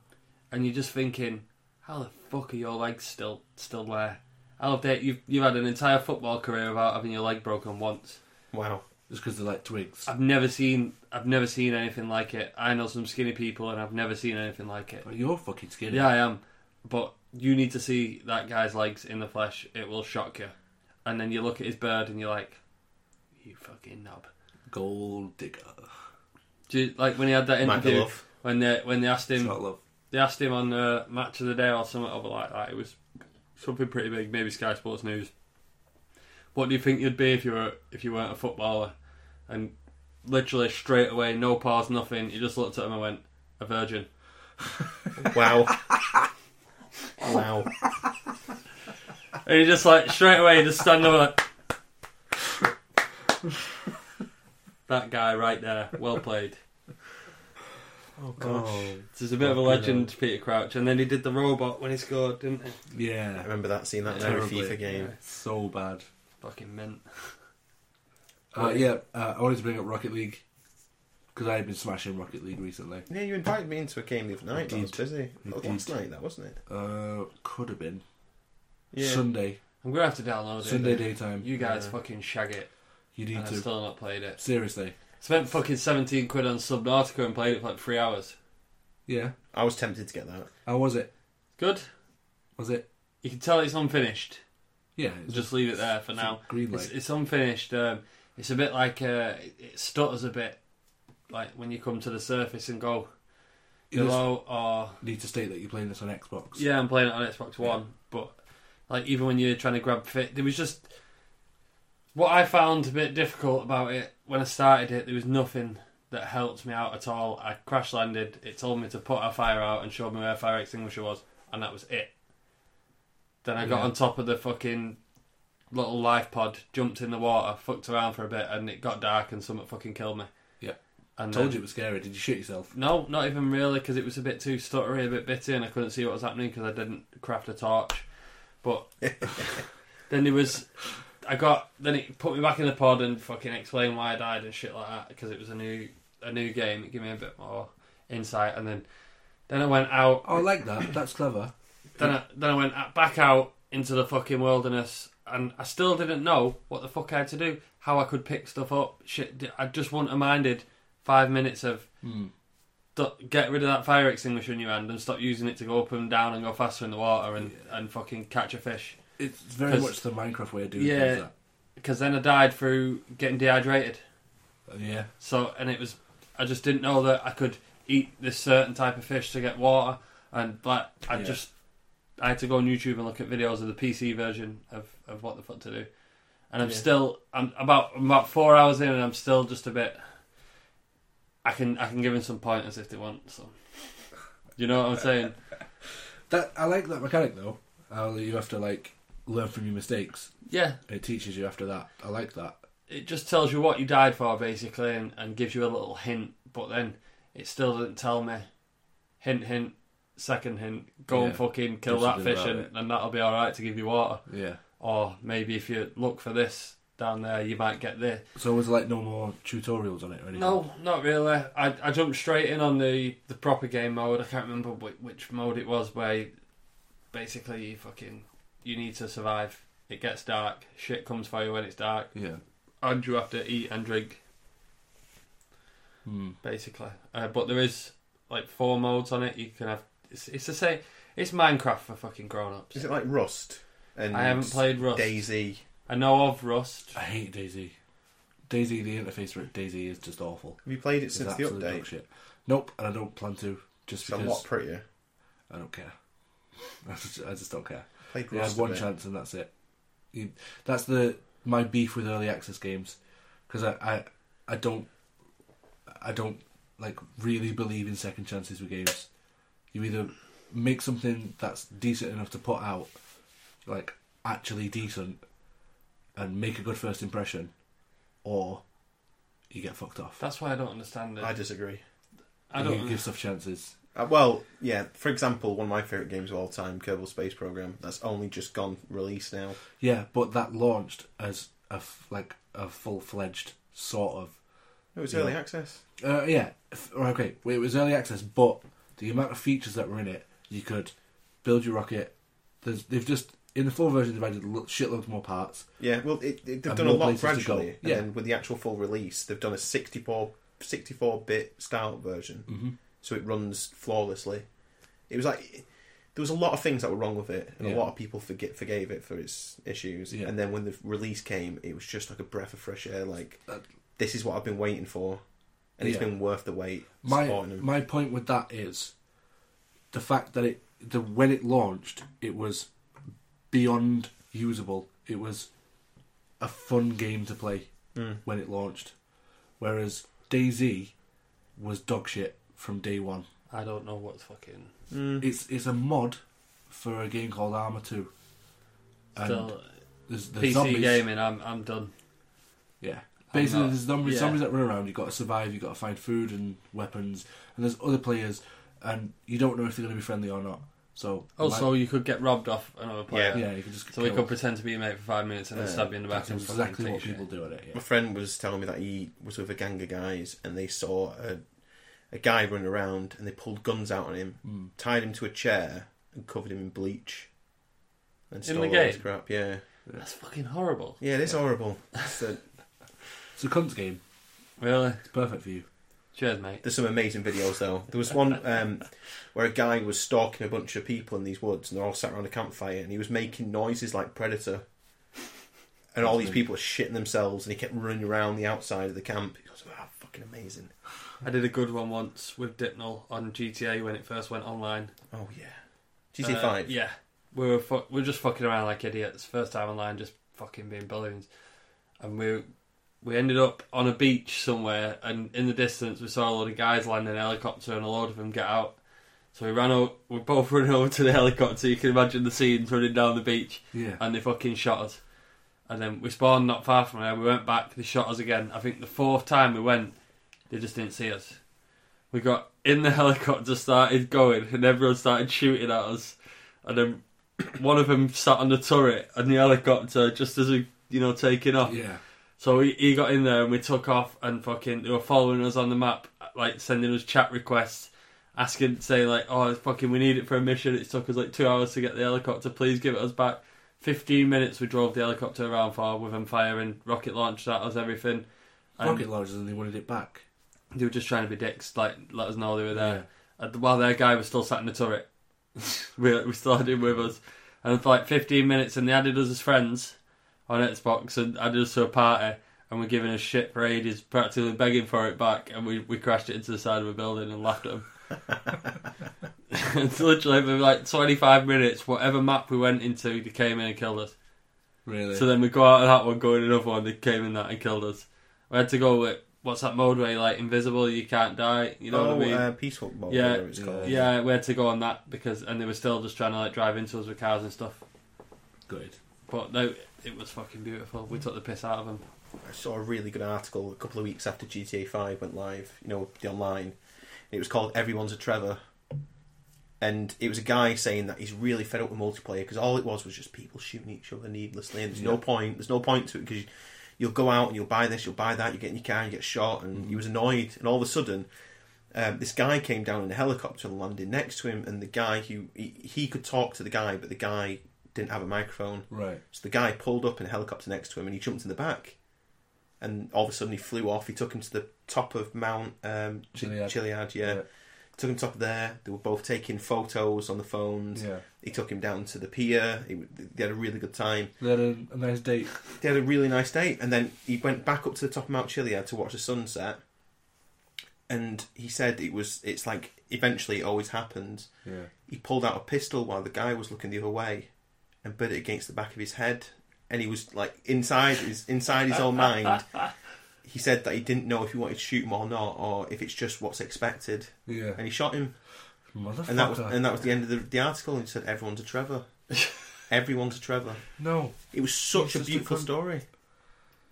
and you're just thinking, how the fuck are your legs still still there? I love that you've you've had an entire football career without having your leg broken once. Wow. just because they're like twigs. I've never seen I've never seen anything like it. I know some skinny people, and I've never seen anything like it. But you're fucking skinny. Yeah, I am. But you need to see that guy's legs in the flesh. It will shock you. And then you look at his bird, and you're like, "You fucking knob." Gold digger. Do you, like when he had that Michael interview Love. when they when they asked It's him not love. they asked him on uh, match of the day or something over like that. It was something pretty big, maybe Sky Sports News. What do you think you'd be if you were if you weren't a footballer? And literally straight away, no pause, nothing. He just looked at him and went, "A virgin." Wow. wow. And he just like straight away, just stand up like that guy right there. Well played. Oh There's a bit of a legend, Peter Crouch, and then he did the robot when he scored, didn't he? I Yeah. remember that scene that in every Terribly. FIFA game. So bad. Fucking mint. Uh, yeah, uh, I wanted to bring up Rocket League because I had been smashing Rocket League recently. Yeah, you invited me into a game the other night. I Indeed. was busy. That was last night, that wasn't it? Uh, could have been Yeah. Sunday, I'm gonna have to download it. Sunday daytime. You, You guys Yeah. fucking shag it. need and to I've still not played it. seriously. Spent fucking 17 quid on Subnautica and played it for like three hours. Yeah, I was tempted to get that. how was it? Good. Was it? You can tell it's unfinished. Yeah, it's Just leave it there for it's a now. Green It's, light. it's unfinished. Um, it's a bit like uh, it- it stutters a bit, like when you come to the surface and go You just hello or need to state that you're playing this on Xbox. yeah, I'm playing it on Xbox One, but like even when you're trying to grab fit, there was just what I found a bit difficult about it when I started it. There was nothing that helped me out at all. I crash landed. It told me to put a fire out and showed me where a fire extinguisher was, and that was it. Then I got Yeah. on top of the fucking little life pod, jumped in the water, fucked around for a bit, and it got dark and something fucking killed me. Yeah. and told then- you it was scary. Did you shit yourself? no, not even really, because it was a bit too stuttery, a bit bitty, and I couldn't see what was happening because I didn't craft a torch. But then there was, I got then it put me back in the pod and fucking explained why I died and shit like that because it was a new a new game. It gave me a bit more insight, and then then I went out. Oh, I like that. That's clever. Then I, then I went out- back out into the fucking wilderness, and I still didn't know what the fuck I had to do, how I could pick stuff up. Shit, I just wouldn't have minded five minutes of Hmm. d- get rid of that fire extinguisher in your hand and stop using it to go up and down and go faster in the water and, and fucking catch a fish. It's very 'Cause- much the Minecraft way of doing Yeah. things. Because then I died through getting dehydrated. That. Yeah, So and it was, I just didn't know that I could eat this certain type of fish to get water. And like I Yeah. just, I had to go on YouTube and look at videos of the PC version of, of what the fuck to do. And I'm Yeah. still, I'm about I'm about four hours in, and I'm still just a bit. I can I can give him some pointers if they want. So, you know what Uh, I'm saying? that I like that mechanic though. How you have to like learn from your mistakes. Yeah, It teaches you after that. I like that. it just tells you what you died for basically and, and gives you a little hint but then it still doesn't tell me hint hint second hint go and Yeah. fucking kill Do that something fish about and, and that'll be alright to give you water Yeah. or maybe if you look for this down there you might get this So was there, like no more tutorials on it or anything? no not really I, I jumped straight in on the, the proper game mode I can't remember which, which mode it was where basically you fucking you need to survive it gets dark shit comes for you when it's dark Yeah. and you have to eat and drink Hmm. basically. Uh, but there is like four modes on it. You can have it's, it's the same. It's Minecraft for fucking grown ups. Is it like Rust? And I haven't played Rust. Daisy. I know of Rust. I hate Daisy. Daisy, the interface for Daisy is just awful. Have you played it It's since the absolute update? dog shit. Nope, and I don't plan to. Just It's a lot because prettier. I don't care. I just, I just don't care. Played You Rust have a one bit. chance and that's it. You, that's the my beef with early access games because I, I I don't I don't like really believe in second chances with games. You either make something that's decent enough to put out, like actually decent, and make a good first impression, or you get fucked off. That's why I don't understand it. I disagree. I you don't. give stuff chances. Uh, well, yeah. For example, one of my favorite games of all time, Kerbal Space Program. That's only just gone release now. Yeah, but that launched as a f- like a full fledged sort of It was Yeah. early access. Uh, yeah, F- okay. Well, it was early access, but the amount of features that were in it, you could build your rocket. There's, they've just in the full version, they've added lo- shitloads more parts. Yeah, well, it, it, they've And done a more lot places to gradually. go. And Yeah. then with the actual full release, they've done a 64, 64-bit style version, Mm-hmm. so it runs flawlessly. It was like there was a lot of things that were wrong with it, and Yeah. a lot of people forget, forgave it for its issues. Yeah. And then when the release came, it was just like a breath of fresh air. Like That- this is what I've been waiting for, and it's Uh, Yeah. been worth the wait. My supporting 'em. my point with that is the fact that it the when it launched, it was beyond usable. It was a fun game to play Mm. when it launched, whereas DayZ was dog shit from day one. I don't know what's fucking. Mm. It's it's a mod for a game called Armor Two. And Still, there's, there's PC zombies. gaming, I'm, I'm done. Yeah. I'm Basically, not- there's zombies, yeah. zombies that run around. You've got to survive. You've got to find food and weapons. And there's other players, and you don't know if they're going to be friendly or not. So Also, you could get robbed off another player. like, yeah, you can just Oh, So we kill. could pretend to be your mate for five minutes and then Yeah. stab you in the back That's and exactly fucking what take people shit. do at it. My Yeah. friend was telling me that he was with a gang of guys and they saw a, a guy running around and they pulled guns out on him, Mm. tied him to a chair, and covered him in bleach. And In stole the all his game? crap, yeah. That's fucking horrible. Yeah, it is horrible. It's a- It's a cunt game. Really? It's perfect for you. Cheers, mate. there's some amazing videos though. There was one um, where a guy was stalking a bunch of people in these woods and they're all sat around a campfire and he was making noises like Predator. And all these people were shitting themselves and he kept running around the outside of the camp. It was ah, fucking amazing. I did a good one once with Dipnol on GTA when it first went online. Oh, yeah. GTA Uh, 5. Yeah, we were fu- we were just fucking around like idiots. First time online, just fucking being balloons, and we we ended up on a beach somewhere, and in the distance we saw a load of guys land in a helicopter, and a load of them get out. So we ran over, we both ran over to the helicopter. You can imagine the scenes running down the beach, Yeah. and they fucking shot us. And then we spawned not far from there. We went back. They shot us again. I think the fourth time we went, they just didn't see us. We got in the helicopter, started going, and everyone started shooting at us. And then one of them sat on the turret and the helicopter just as we, you know, taking off. yeah. So he, he got in there and we took off and fucking they were following us on the map, like sending us chat requests, asking, saying like, "Oh, fucking, we need it for a mission. It took us like two hours to get the helicopter. Please give it us back." Fifteen minutes we drove the helicopter around for with them firing rocket launches at us, everything. And Rocket launchers and they wanted it back. they were just trying to be dicks, like let us know they were there. And Uh, while their guy was still sat in the turret, we we still had him with us, and for like fifteen minutes, and they added us as friends on Xbox and added us to a party, and were giving us shit for ages, practically begging for it back, and we we crashed it into the side of a building and laughed at them. it's literally for like twenty five minutes. Whatever map we went into, they came in and killed us. Really. So then we go out of that one, go in another one. They came in that and killed us. We had to go with what's that mode where you're like invisible, you can't die. You know oh, what I mean? uh, peaceful mode, Yeah, whatever it's called. yeah, we had to go on that because, and they were still just trying to like drive into us with cars and stuff. Good. But no, it was fucking beautiful. We took the piss out of them. I saw a really good article a couple of weeks after GTA 5 went live, you know, the online. It was called Everyone's a Trevor. And it was a guy saying that he's really fed up with multiplayer because all it was was just people shooting each other needlessly, and there's no Yeah. point. There's no point to it because you'll go out and you'll buy this, you'll buy that, you get in your car, you get shot, and he was annoyed. And all of a sudden, um, this guy came down in a helicopter and landed next to him, and the guy who he, he could talk to the guy, but the guy didn't have a microphone. Right. So the guy pulled up in a helicopter next to him and he jumped in the back. And all of a sudden he flew off. He took him to the top of Mount um, Ch- Chiliad. Chiliad. yeah. Yeah. Took him top of there. They were both taking photos on the phones. Yeah. He took him down to the pier. He, they had a really good time. They had a, a nice date. They had a really nice day. And then he went back up to the top of Mount Chiliad to watch the sunset. And he said it was. It's like eventually it always happens. Yeah. He pulled out a pistol while the guy was looking the other way, and bit it against the back of his head. And he was like inside his inside his own mind. He said that he didn't know if he wanted to shoot him or not, or if it's just what's expected. Yeah. And he shot him, Motherfucker. and that was and that was the end of the, the article. And he said, "Everyone's a Trevor. Everyone's a Trevor." no. It was such He's a just a beautiful cunt. story.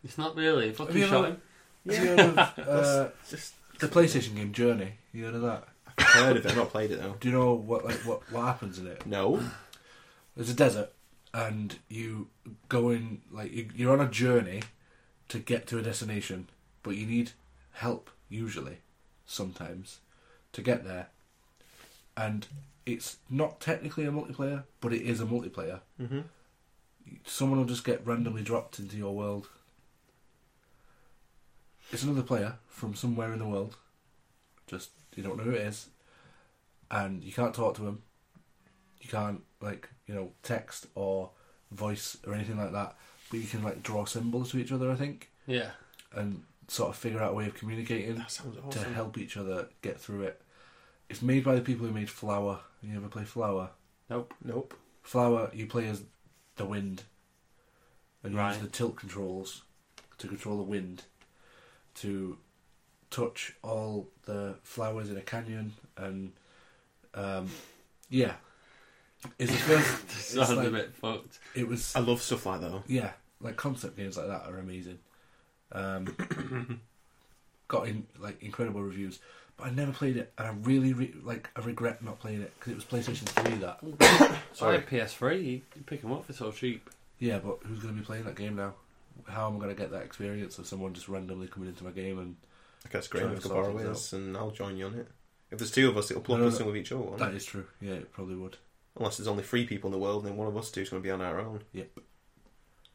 It's not really. Fucking Have you shot ever- him. Have you heard of, uh, Just the PlayStation game Journey? You heard of that? I've heard of it, I've not played it though. Do you know what like what what happens in it? No, there's a desert and you go in like you- you're on a journey to get to a destination but you need help usually sometimes to get there and it's not technically a multiplayer but it is a multiplayer mm-hmm. someone will just get randomly dropped into your world. It's another player from somewhere in the world. Just you don't know who it is, and you can't talk to him. You can't like you know text or voice or anything like that. But you can like draw symbols to each other, I think, Yeah. and sort of figure out a way of communicating That sounds to awesome. help each other get through it. It's made by the people who made Flower. You ever play Flower? Nope. Flower, you play as the wind, and you Right. use the tilt controls to control the wind, to touch all the flowers in a canyon, and um, yeah, it's the first. it's Sounds a like- bit fucked. It was I love stuff like that. though. yeah, like concept games like that are amazing. Um, got in like incredible reviews, but I never played it, and I really re- like I regret not playing it because it was PlayStation Three that. Sorry, PS3. You you pick 'em up for so cheap. Yeah, but who's going to be playing that game now? How am I going to get that experience of someone just randomly coming into my game and I guess Graham Try could and sort borrow things this, and I'll join you on it. If there's two of us, it'll plug No, us no. in with each other. won't that it? is true. Yeah, it probably would, Unless there's only three people in the world, and then one of us two is going to be on our own.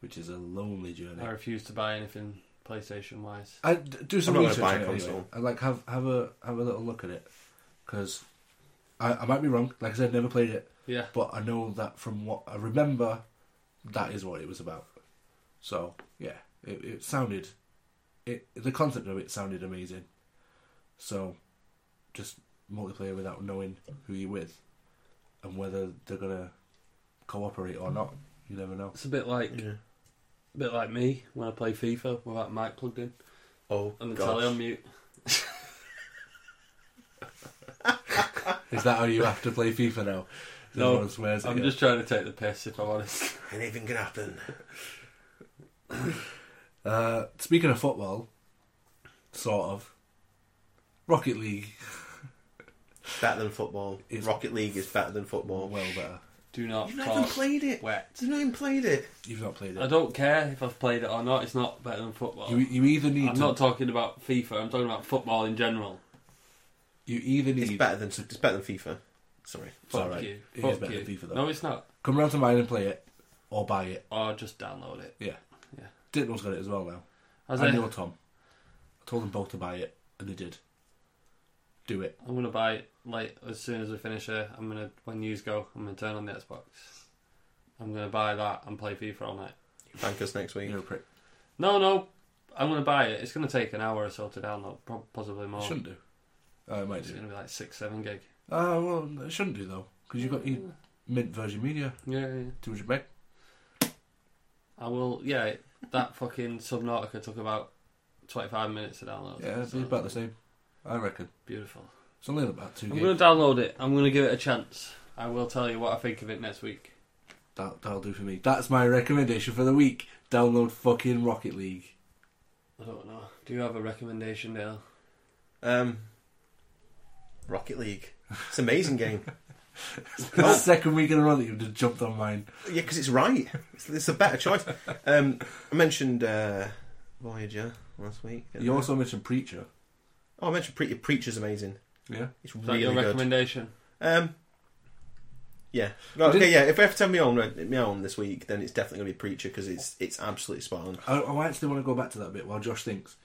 which is a lonely journey. I refuse to buy anything PlayStation wise. I d- do some I'm not gonna research buy on a it anyway. console. I like have have a have a little look at it because I, I might be wrong. Like I said, never played it, Yeah. but I know that from what I remember, that is what it was about. So yeah, it, it sounded, it the concept of it sounded amazing. So, just multiplayer without knowing who you're with, and whether they're gonna cooperate or not, you never know. It's a bit like Yeah. a bit like me when I play FIFA without mic plugged in Oh, and the gosh. telly on mute. Is that how you have to play FIFA now? No, Everyone swears at I'm you. just trying to take the piss, if I'm honest. Anything can happen. Uh, speaking of football, sort of. Rocket League Better than football. It's- Rocket League is better than or football. well better. Do not You've not even talk played it. wet. You've not even played it. You've not played it. I don't care if I've played it or not. It's not better than football. You, you either need I'm to, not talking about FIFA. I'm talking about football in general. you either It's need better than it's better than FIFA. Sorry. It's Fuck alright. you. It is Fuck better you. than FIFA, though. No, it's not. come round to mine and play it or buy it. Or just download it. Ditmo's got it as well now. As I I know Tom. I told them both to buy it and they did. Do it. I'm gonna buy it, like as soon as we finish here. I'm gonna when news go. I'm gonna turn on the Xbox. I'm gonna buy that and play FIFA all night. Thank us next week. You're a prick. No, no, I'm gonna buy it. It's gonna take an hour or so to download, prob- possibly It more. shouldn't do. Oh, it might It's do. gonna be like six, seven gig. Ah, well, it shouldn't do though. Because you've got your mint Virgin Media, Yeah, yeah, yeah. 200 meg. I will. Yeah, that fucking Subnautica took about twenty-five minutes to download. Yeah, it's about the same. I reckon. Beautiful. It's only about two I'm gigs. gonna download it. I'm gonna give it a chance. I will tell you what I think of it next week. That, that'll do for me. That's my recommendation for the week. Download fucking Rocket League. I don't know. Do you have a recommendation, Dale? Um, Rocket League. It's an amazing game. Oh, the second week in a row that you've just jumped on mine. Yeah, because it's right. It's, it's a better choice. Um, I mentioned uh, Voyager last week. didn't You I? also mentioned Preacher. Oh, I mentioned Pre- Preacher's amazing. Yeah. It's Is that really your good. recommendation? Um, yeah. Well, But okay, yeah. If I have to have me on my own this week, then it's definitely going to be Preacher because it's it's absolutely spot on. I, I actually want to go back to that bit while Josh thinks.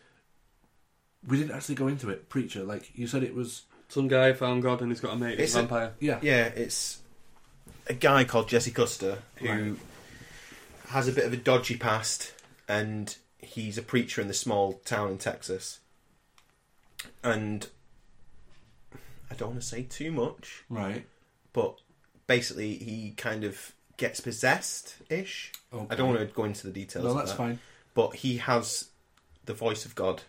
We didn't actually go into it, Preacher. Like you said, it was Some guy found God and he's got a mate It's who's a- a vampire. yeah, Yeah, it's a guy called Jesse Custer who has a bit of a dodgy past, and he's a preacher in this small town in Texas. And I don't want to say too much, right. but basically, he kind of gets possessed ish. Okay. I don't want to go into the details. No, of that's that, fine. But he has the voice of God.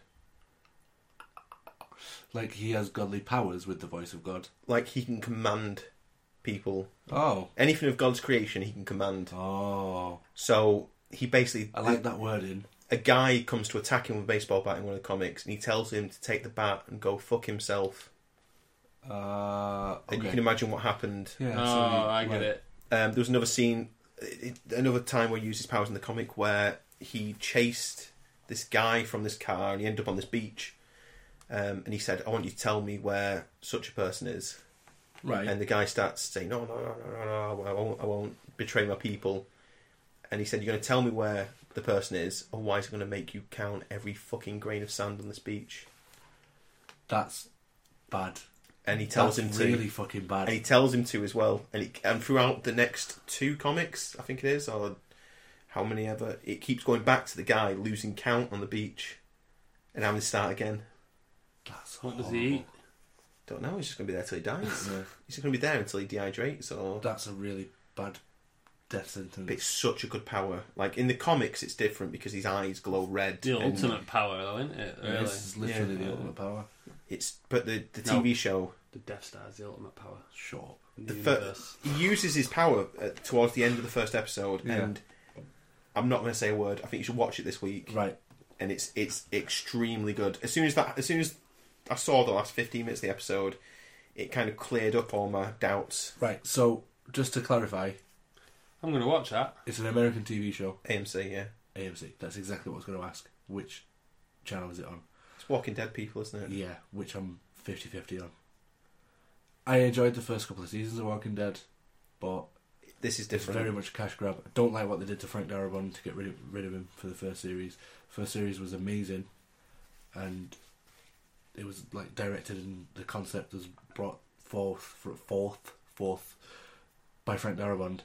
Like he has godly powers with the voice of God. Like he can command people. Oh, Anything of God's creation, he can command. oh, So he basically I like that wording. a guy comes to attack him with a baseball bat in one of the comics, and he tells him to take the bat and go fuck himself. Uh, And you okay. can imagine what happened. yeah, oh, so you- I get right. it. Um, there was another scene, it- another time where he used his powers in the comic where he chased this guy from this car, and he ended up on this beach. Um, and he said, "I want you to tell me where such a person is." Right. And the guy starts saying, "No, no, no, no, no, no, I won't, I won't betray my people." and he said, "You're going to tell me where the person is, otherwise I'm going to make you count every fucking grain of sand on this beach." That's bad. And he tells That's him to. really fucking bad. and he tells him to as well. And it, and throughout the next two comics, I think it is, or how many ever, it keeps going back to the guy losing count on the beach, and having to start again. That's What does horrible. he eat? Don't know. He's just going to be there till he dies. Yeah. he's going to be there until he dehydrates, or That's a really bad death sentence. But it's such a good power. Like in the comics, it's different because his eyes glow red. The and ultimate power, though, isn't it? Yeah, Really, This is literally Yeah. the ultimate power. It's but the the No. TV show the Death Star is the ultimate power. Shut up. In The the, fir- universe. he uses his power uh, towards the end of the first episode, Yeah. and I'm not going to say a word. I think you should watch it this week, Right. and it's it's extremely good. As soon as that, as soon as I saw the last 15 minutes of the episode, it kind of cleared up all my doubts. Right. So, just to clarify, I'm going to watch that. it's an American TV show, AMC, yeah, AMC. That's exactly what I was going to ask. Which channel is it on? it's Walking Dead people, isn't it? Yeah, which I'm 50 50 on. I enjoyed the first couple of seasons of Walking Dead, but This is it's different. very much a cash grab. I don't like what they did to Frank Darabont to get rid of, rid of him for the first series. First series was amazing, and it was like directed and the concept was brought forth fr- forth forth by Frank Darabont,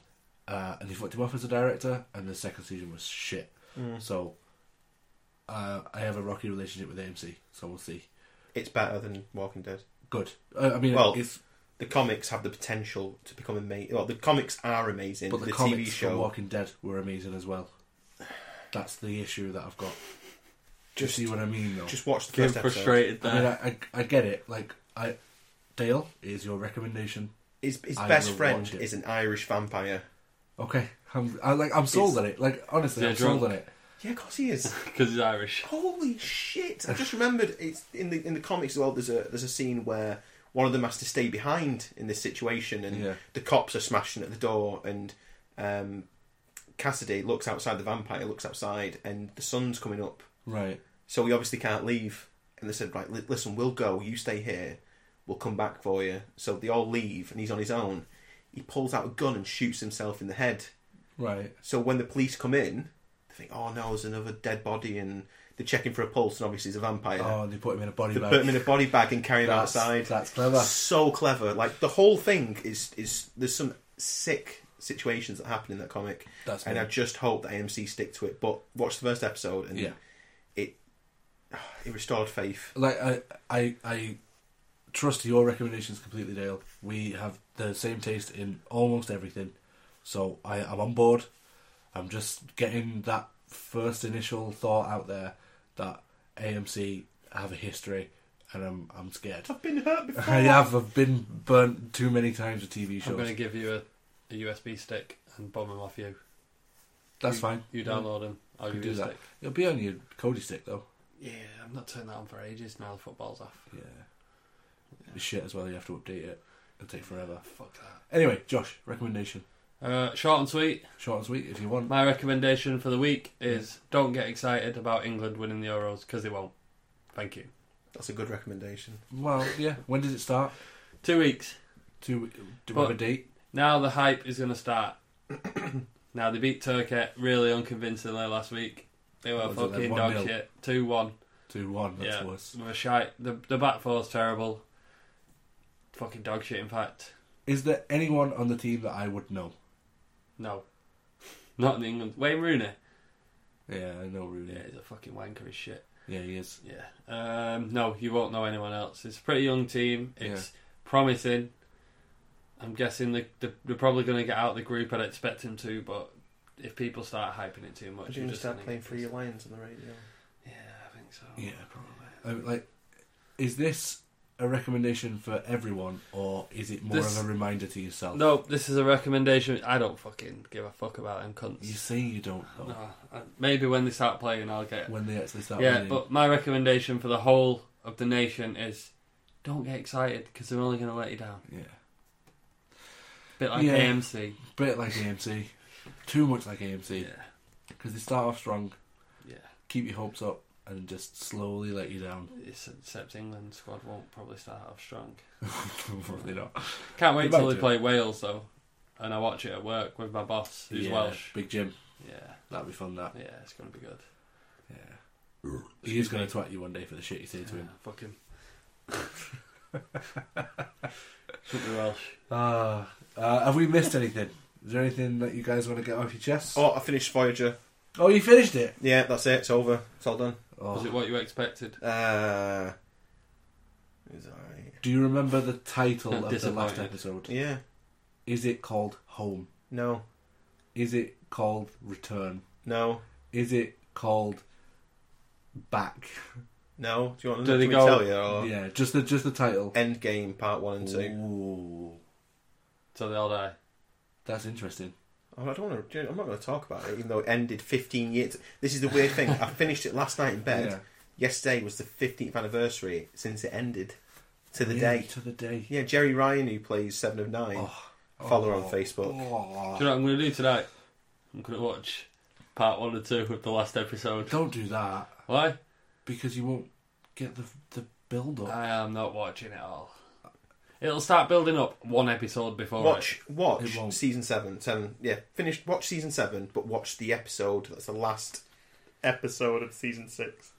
uh, and he fucked him off as a director. And the second season was shit. Mm. So uh, I have a rocky relationship with AMC. So we'll see. It's better than Walking Dead. Good. Uh, I mean, Well, it's The comics have the potential to become amazing. Well, the comics are amazing. but the, TV comics show from Walking Dead were amazing as well. That's the issue that I've got. Just- Just see what I mean, though. Just watch the Getting first episode. frustrated I mean, there. I, I, I get it. Like, I Dale is your recommendation. His, his I best will friend watch it. is an Irish vampire. Okay, I'm I, like I'm sold on it. Like honestly, They're I'm sold on drunk. it. Yeah, of course he is. Because he's Irish. Holy shit! I just remembered it's in the in the comics as well. There's a there's a scene where one of them has to stay behind in this situation, and Yeah. the cops are smashing at the door, and um, Cassidy looks outside. The vampire looks outside, and the sun's coming up, Right. so we obviously can't leave. And they said, right, li- listen, we'll go. You stay here. We'll come back for you. So they all leave, and he's on his own. He pulls out a gun and shoots himself in the head. Right. So when the police come in, they think, "Oh no, there's another dead body," and they're checking for a pulse, and obviously he's a vampire. Oh, and they put him in a body they bag. put him in a body bag and carry him that's, outside. That's clever. So clever! Like the whole thing is is there's some sick situations that happen in that comic, That's and I me. just hope that AMC stick to it. But watch the first episode, and yeah. it restored faith. Like I, I, I trust your recommendations completely, Dale. We have the same taste in almost everything, so I, I'm on board. I'm just getting that first initial thought out there that AMC have a history, and I'm I'm scared. I've been hurt before. I have. I've been burnt too many times with TV I'm shows. going to give you a, a USB stick and bomb him off you. That's You- fine. You download him. I'll Can give you a do that. stick. It'll be on your Cody stick though. Yeah, I've not turned that on for ages. Now the football's off. Yeah. Shit as well. You have to update it. It'll take forever. Fuck that. Anyway, Josh, recommendation. Uh, short and sweet. Short and sweet if you want. My recommendation for the week is don't get excited about England winning the Euros because they won't. Thank you. That's a good recommendation. Well, yeah. When did it start? Two weeks. Do do we Well- have a date? Now the hype is going to start. now they beat Turkey really unconvincingly last week. They were What was it, fucking like dog 1-0? shit. Two one. Two one. That's Yeah. worse. They were shite. The the back four's terrible. Fucking dog shit. In fact, Is there anyone on the team that I would know? no, not in England. Wayne Rooney. Yeah, I know Rooney. Yeah, he's a fucking wanker as shit. Yeah, he is. Yeah. Um, no, you won't know anyone else. It's a pretty young team. It's promising. I'm guessing they, they, they're probably going to get out of the group. I'd expect them to, but if people start hyping it too much, Imagine you're you just start gonna playing get for pissed. your Lions on the radio. Yeah, I think so. Yeah, probably. I, like, is this a recommendation for everyone, or is it more This- of a reminder to yourself? No, this is a recommendation. I don't fucking give a fuck about them cunts. You say you don't know No, I- maybe when they start playing, I'll get. when they actually start. yeah, winning. but my recommendation for the whole of the nation is don't get excited because they're only going to let you down. yeah, bit like Yeah. AMC. bit like AMC, too much like AMC Yeah, because they start off strong, yeah. keep your hopes up, and just slowly let you down. It's- Except England squad won't probably start off strong. Probably not. Can't wait They might till they do. play Wales though, and I watch it at work with my boss, who's Yeah, Welsh. Big Jim. Yeah, That'd be fun. That. yeah, it's gonna be good. Yeah. He is going to twat you one day for the shit you say to him. Yeah, fuck him. Should be Welsh. Ah, uh, have we missed anything? Is there anything that you guys want to get off your chest? Oh, I finished Voyager. Oh, you finished it. Yeah, that's it. It's over. It's all done. Oh. Was it what you expected? Uh, it's alright. Do you remember the title I'm of the last disappointed. episode? Yeah. Is it called Home? No. Is it called Return? No. Is it called Back? No. Do you want Do to they me go- tell you? Or... Yeah, just the just the title. Endgame Part One and Two. Ooh, So they all die. that's interesting. Oh, I don't want to. I'm not going to talk about it, even though it ended 15 years. This is the weird thing. I finished it last night in bed. Yeah. Yesterday was the 15th anniversary since it ended, to the Yeah, day. to the day. Yeah, Jerry Ryan, who plays Seven of Nine, Oh. I follow her Oh. on Facebook. Oh. Do you know what I'm gonna do tonight? I'm gonna watch part one or two of the last episode. Don't do that Why? because you won't get the the build up. I am not watching it all. It'll start building up one episode before it. watch, It watch won't. season seven. Seven, yeah, finished. Watch season seven, but watch the episode. That's the last episode of season six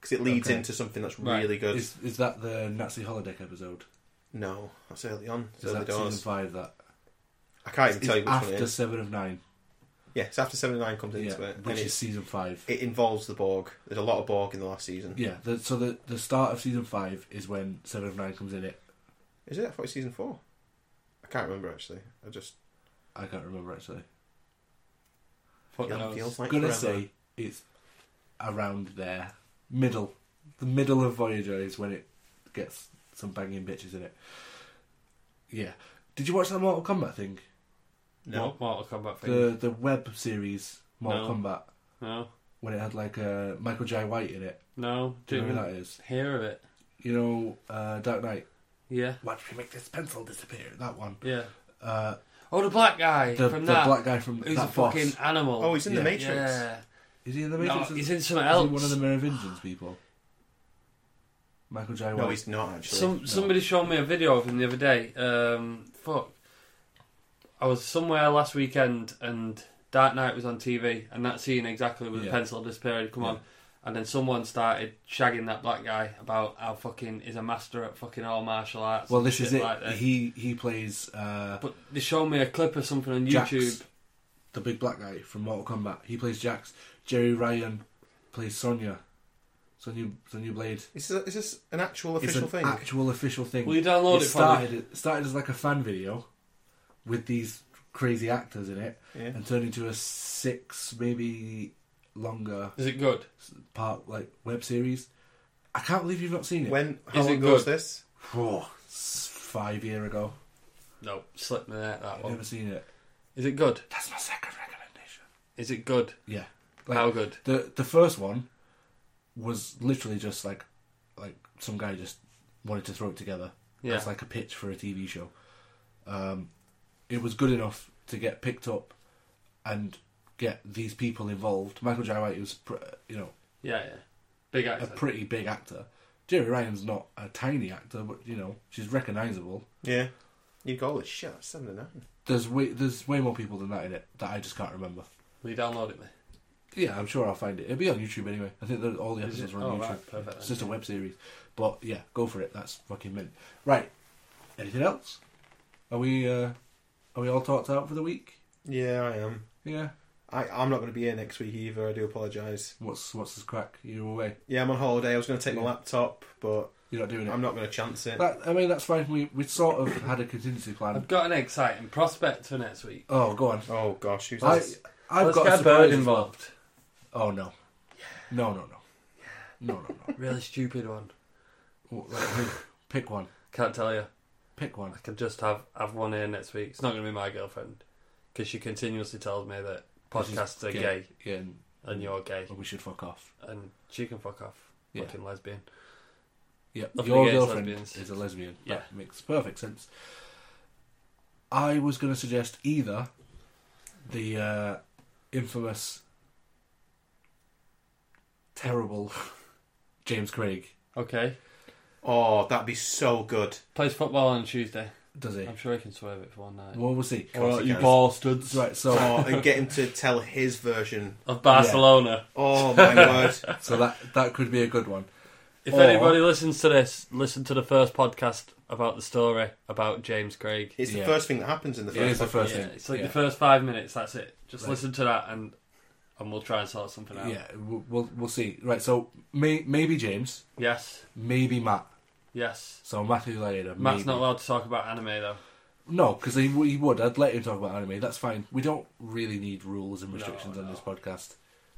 because it leads Okay. into something that's Right. really good. Is is that the Nazi holodeck episode? No, that's early on. It's Is early that season doors. five? That I can't even tell you It's which one it after is. seven of nine. Yeah, it's after seven nine comes Yeah, into it, and which is it's, season five. it involves the Borg. There's a lot of Borg in the last season. Yeah, the, so the the start of season five is when Seven of Nine comes in. It Is it? I thought it was season four. I can't remember actually. I just I can't remember actually. Fuck it knows. feels I'm like gonna forever. say it's around there, middle, the middle of Voyager is when it gets some banging bitches in it. Yeah. Did you watch that Mortal Kombat thing? no. What Mortal Kombat thing? The the web series Mortal No. Kombat No, when it had like uh, Michael J. White in it. no. Do you Didn't know who that is? hear of it. You know, uh, Dark Knight. Yeah, Watch me make this pencil disappear. That one. yeah. Uh, Oh, the black guy the from the that. black guy from who's that a boss. fucking animal. Oh, he's in Yeah. the Matrix. Yeah. Is he in the No, Matrix? he's in something Is else. he one of the Merovingians people? Michael J. White. No, he's not actually. Some somebody showed me a video of him the other day. Um, fuck, I was somewhere last weekend and Dark Knight was on TV, and that scene exactly with the Yeah. pencil disappeared. Come on, Yeah. and then someone started shagging that black guy about how fucking is a master at fucking all martial arts. well, and this shit is it. Like that. he he plays uh, But they showed me a clip of something on Jax, YouTube. the big black guy from Mortal Kombat. He plays Jax. Jerry Ryan plays Sonya. Sonya Sonya Blade. Is this, is this an actual official it's an thing? actual official thing. Will you download it it, started it started as like a fan video with these crazy actors in it, Yeah. and turned into a six maybe longer for me? Is it good? part like web series. I can't believe you've not seen it. When? How Is it long ago was good? this? Whoa, s- five year ago. No, slip me there. That I've one. never seen it. Is it good? That's my second recommendation. Is it good? Yeah. Like, how good? The the first one was literally just like like some guy just wanted to throw it together. Yeah. It's like a pitch for a TV show. Um, it was good enough to get picked up and get these people involved. Michael J. White was pr- you know Yeah, yeah. Big a actor. pretty big actor. Jerry Ryan's not a tiny actor, but you know she's recognisable. Yeah. You go, holy shit, that's seven and nine. There's way there's way more people than that in it that I just can't remember. Will you download it, mate? Yeah, I'm sure I'll find it. It'll be on YouTube anyway. I think that all the Is episodes it? are on Oh, YouTube. right, perfect It's then, just a yeah. web series. But yeah, go for it. That's fucking mint. Right. Anything else? Are we uh, are we all talked out for the week? Yeah, I am. Yeah. I, I'm not going to be here next week either. I do apologise. What's what's this crack? You're away. Yeah, I'm on holiday. I was going to take my laptop, but You're not doing it. I'm not going to chance it. That, I mean, that's fine. We we sort of had a contingency plan. I've got an exciting prospect for next week. Oh, go on. Oh gosh, who's I this? I've Let's got get a surprise bird as well. involved. Oh no. No no no. No no no. Really stupid one. Well, like, who- Pick one. Can't tell you. Pick one. I could just have have one here next week. It's not going to be my girlfriend because she continuously tells me that This is podcasts are gay. gay. Yeah. And and you're gay we should fuck off. and she can fuck off. Yeah. Fucking lesbian. Yeah, Nothing your against girlfriend lesbians. is a lesbian. Yeah. That makes perfect sense. I was going to suggest either the uh, infamous, terrible James Craig. Okay. Oh, that'd be so good. Plays football on Tuesday. does he? I'm sure he can swerve it for one night. What was he? course Or he you can. bastards Right, so Oh, and get him to tell his version. of Barcelona. Oh my word! so that that could be a good one. If Or- anybody listens to this, listen to the first podcast about the story about James Craig. It's the Yeah. first thing that happens in the It is first. the one. first yeah, thing. it's like yeah. the first five minutes. That's it. Just Right. listen to that and and we'll try and sort something out. Yeah, we'll, we'll we'll see. Right, so may, maybe James, Yes. maybe Matt. Yes. So Matthew Leida. Matt's maybe. not allowed to talk about anime though. No, because he, w- he would. I'd let him talk about anime. That's fine. We don't really need rules and No, restrictions on no. this podcast.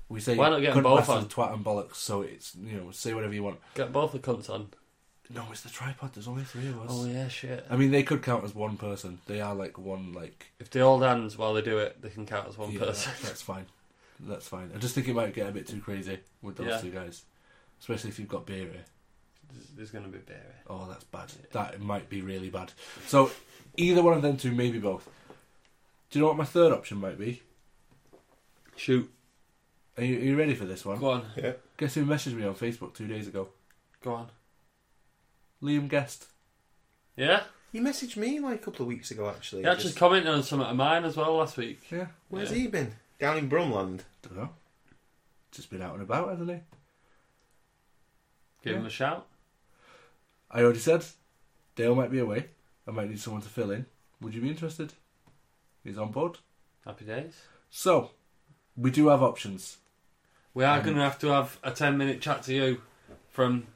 We say Why not get cunt, both bastard, on? twat and bollocks. So it's you know say whatever you want. Get both the cunts on. No, it's the tripod. There's only three of us. Oh yeah, shit. I mean, they could count as one person. They are like one like If they hold hands while they do it, they can count as one yeah, person. that- that's fine. That's fine. I just think it might get a bit too crazy with those Yeah. two guys, especially if you've got beer here. There's- There's going to be beer. Oh, that's bad. Yeah. That might be really bad. So, either one of them two, maybe both. Do you know what my third option might be? Shoot. Are you, are you ready for this one? Go on. Yeah. Guess who messaged me on Facebook two days ago? Go on. Liam Guest. Yeah. He messaged me like a couple of weeks ago, actually. He actually Just, commented on some of mine as well last week. Yeah. where's yeah. he been? Down in Brumland. Don't know. Just been out and about, hasn't he? Give Yeah. him a shout. I already said Dale might be away. I might need someone to fill in. Would you be interested? He's on board. Happy days. So, we do have options. We are Um, going to have to have a 10 minute chat to you from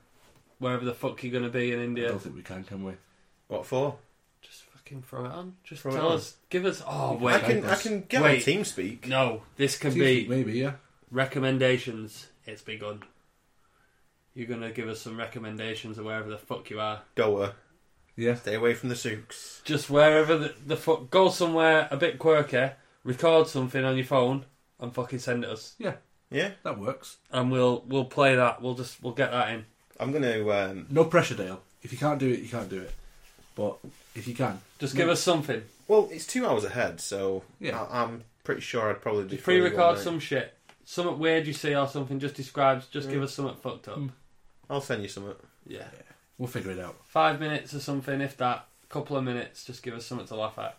wherever the fuck you're going to be in I India. don't think we can, can we? What for? Just fucking throw it on. Just Throw it tell on. us. Give us. Oh, Wait, I wait. can I that's- can get on wait. TeamSpeak. No, this can Do you be think Maybe, yeah. recommendations. It's begun. You're going to give us some recommendations of wherever the fuck you are. Goa, Yeah. uh, stay away from the souks. Just wherever the, the fuck. Go somewhere a bit quirky, record something on your phone, and fucking send it us. Yeah, That works. And we'll we'll play that. We'll just we'll get that in. I'm gonna. Um, No pressure, Dale. If you can't do it, you can't do it. But if you can, Just give Mm. us something. well, it's two hours ahead, so Yeah. I, I'm pretty sure I'd probably do three one Pre-record night. some shit. Something weird you see or something just describes. Just Yeah. give us something fucked up. Mm. I'll send you some. Yeah, we'll figure it out. five minutes or something, if that. Couple of minutes. Just give us something to laugh at.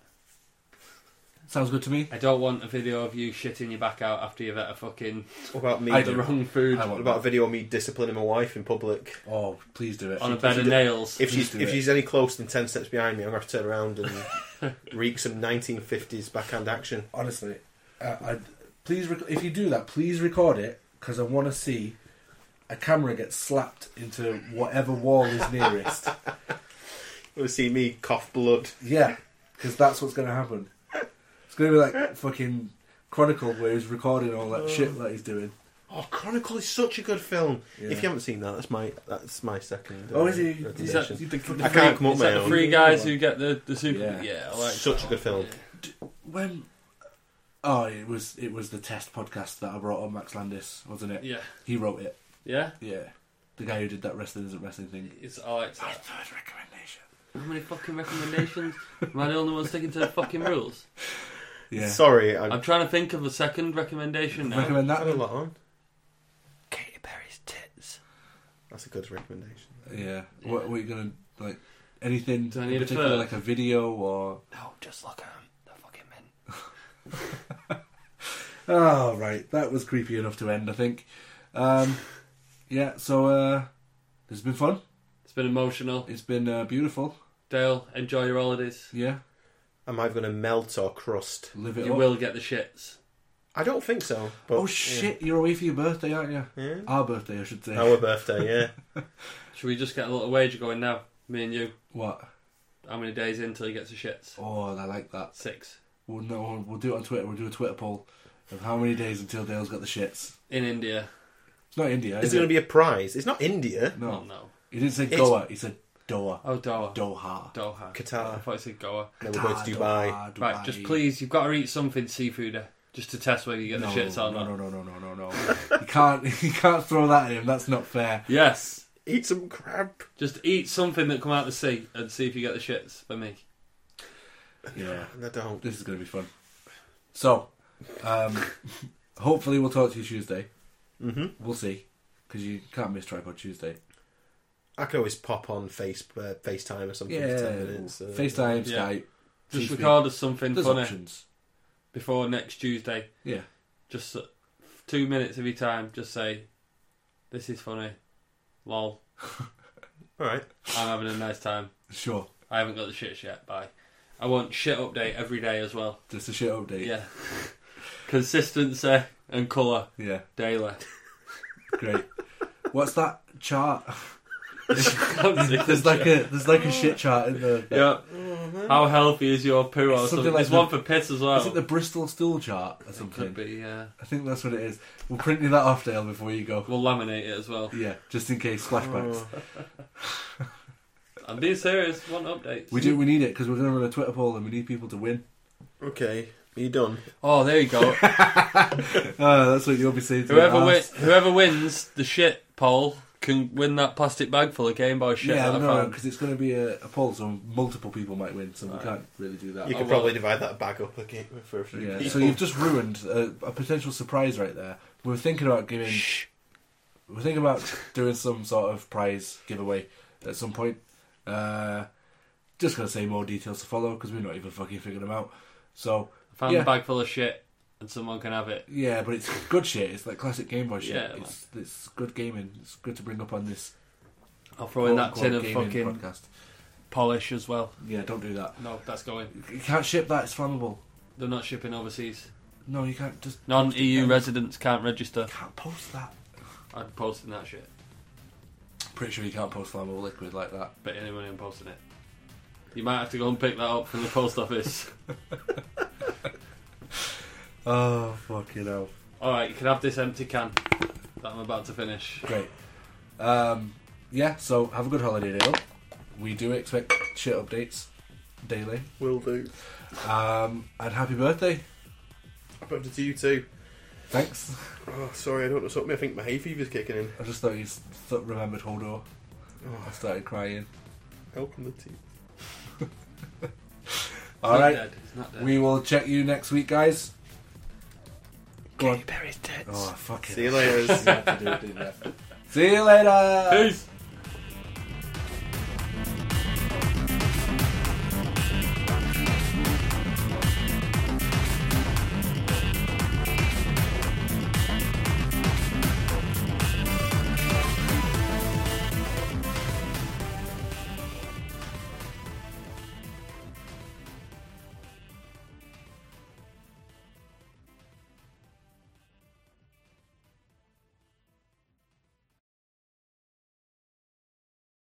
Sounds good to me. I don't want a video of you shitting your back out after you've had a fucking What about me? I the do. wrong food I What want about a video of me disciplining my wife in public? Oh, please do it. on a bed of she- nails. If Please she's do if it. she's any closer than ten steps behind me, I'm gonna have to turn around and wreak some 1950s backhand action. Honestly, uh, I please rec- if you do that, please record it because I want to see a camera get slapped into whatever wall is nearest. You'll see me cough blood. yeah, because that's what's going to happen. It's going to be like fucking Chronicle where he's recording all that shit that he's doing. Oh, Chronicle is such a good film. Yeah. If you haven't seen that, that's my that's my second. uh, Oh, is he? Is recommendation. that Yeah. the, the I three- can't come up is my that the own. three guys who get the, the super? Yeah. Yeah, I like Such that a good one. film. When oh, it was it was the test podcast that I brought on Max Landis, wasn't it? Yeah, He wrote it. yeah. Yeah, the guy who did that wrestling isn't wrestling yeah. thing. It's I like Our that. third recommendation. How many fucking recommendations? Am I the only one sticking to the fucking rules? Yeah, Sorry, I, I'm trying to think of a second recommendation now. recommend I had a that. lot on. Katy Perry's tits. That's a good recommendation. Yeah. What were you gonna like? Anything Do I need in a particular, third? like a video or? No, just look at them. They're fucking men. Oh right, that was creepy enough to end. I think. Um, yeah. So uh, it's been fun. It's been emotional. It's been uh, beautiful. Dale, enjoy your holidays. Yeah. Am I going to melt or crust? Live it You up. will get the shits. I don't think so. But, Oh shit! You're away for your birthday, aren't you? Yeah. Our birthday, I should say. Yeah. Our birthday, yeah. Should we just get a little wager going now? Me and you. What? How many days in till he gets the shits? Oh, I like that. Six. We'll no, we'll do it on Twitter. We'll do a Twitter poll of how many days until Dale's got the shits. In India. It's not India. Is Is there going it? to be a prize? It's not India. no. Oh, no. He didn't say It's- Goa. He said Doha. Oh, Doha. Doha. Doha. I Qatar. thought you said Goa. No, we're going to Dubai. Doha, Right, Dubai. just please, you've got to eat something seafooder just to test whether you get no, the shits or no, not. no, no, no, no, no, no. you can't, you can't throw that at him. That's not fair. Yes. Eat some crab. Just eat something that come out of the sea and see if you get the shits for me. Yeah, No, don't. this is going to be fun. So, um, hopefully we'll talk to you Tuesday. Mm-hmm. We'll see, because you can't miss Tripod Tuesday. I could always pop on Face uh, FaceTime or something for ten minutes. uh, FaceTime, Yeah. Skype, Just TV. record us something There's funny options. before next Tuesday. Yeah. Just uh, two minutes every time. Just say, "This is funny." Lol. All right. I'm having a nice time. Sure. I haven't got the shit yet. Bye. I want shit update every day as well. Just a shit update. Yeah. Consistency and colour Yeah. daily. Great. What's that chart? There's There's like a there's like a shit chart in the. yeah. Mm-hmm. How healthy is your poo or Something something? like There's the- one for piss as well. Is it the Bristol stool chart or It something? could be. Yeah. I think that's what it is. We'll print you that off, Dale, before you go. We'll laminate it as well. Yeah, just in case flashbacks. Oh. I'm being serious. Want updates? We do. We need it because we're going to run a Twitter poll and we need people to win. Okay. Are you done? Oh, there you go. Ah, that's what you'll be saying. To whoever me. Ah, wins, whoever wins the shit poll can win that plastic bag full of Game Boy shit. Yeah, that I no, found. because it's going to be a, a poll, so multiple people might win, so we Right. can't really do that. You Oh, could well. probably divide that back up again for a few Yeah. people. So you've just ruined a, a potential surprise right there. We were thinking about giving. We were thinking about doing some sort of prize giveaway at some point. Uh, just going to say more details to follow because we're not even fucking figuring them out. So I found yeah. a bag full of shit, and someone can have it. Yeah, but it's good shit. It's like classic Game Boy shit. Yeah, man. it's, it's good gaming. It's good to bring up on this I'll throw in that quote-unquote tin of gaming fucking podcast. polish as well. Yeah, don't do that. No, that's going. You can't ship that. It's flammable. They're not shipping overseas. No, you can't just Non-EU Yeah. residents can't register. you can't post that. I'm posting that shit, Pretty sure you can't post flammable liquid like that. but anyone I'm posting it. You might have to go and pick that up from the post office. Oh fucking hell! All right, you can have this empty can that I'm about to finish. Great. Um, yeah. So have a good holiday, Dale. We do expect shit updates daily. Will do. Um, and happy birthday. I put it to you too. Thanks. Oh, sorry, I don't know something. I think my hay fever's kicking in. I just thought you th- remembered Hodor. I Oh, started crying. helping the team. It's All not right. dead, It's not dead. We will check you next week, guys. Go on. Berry's dead. Oh, fuck it. See you later. I have to do it, didn't I? See you later. Peace.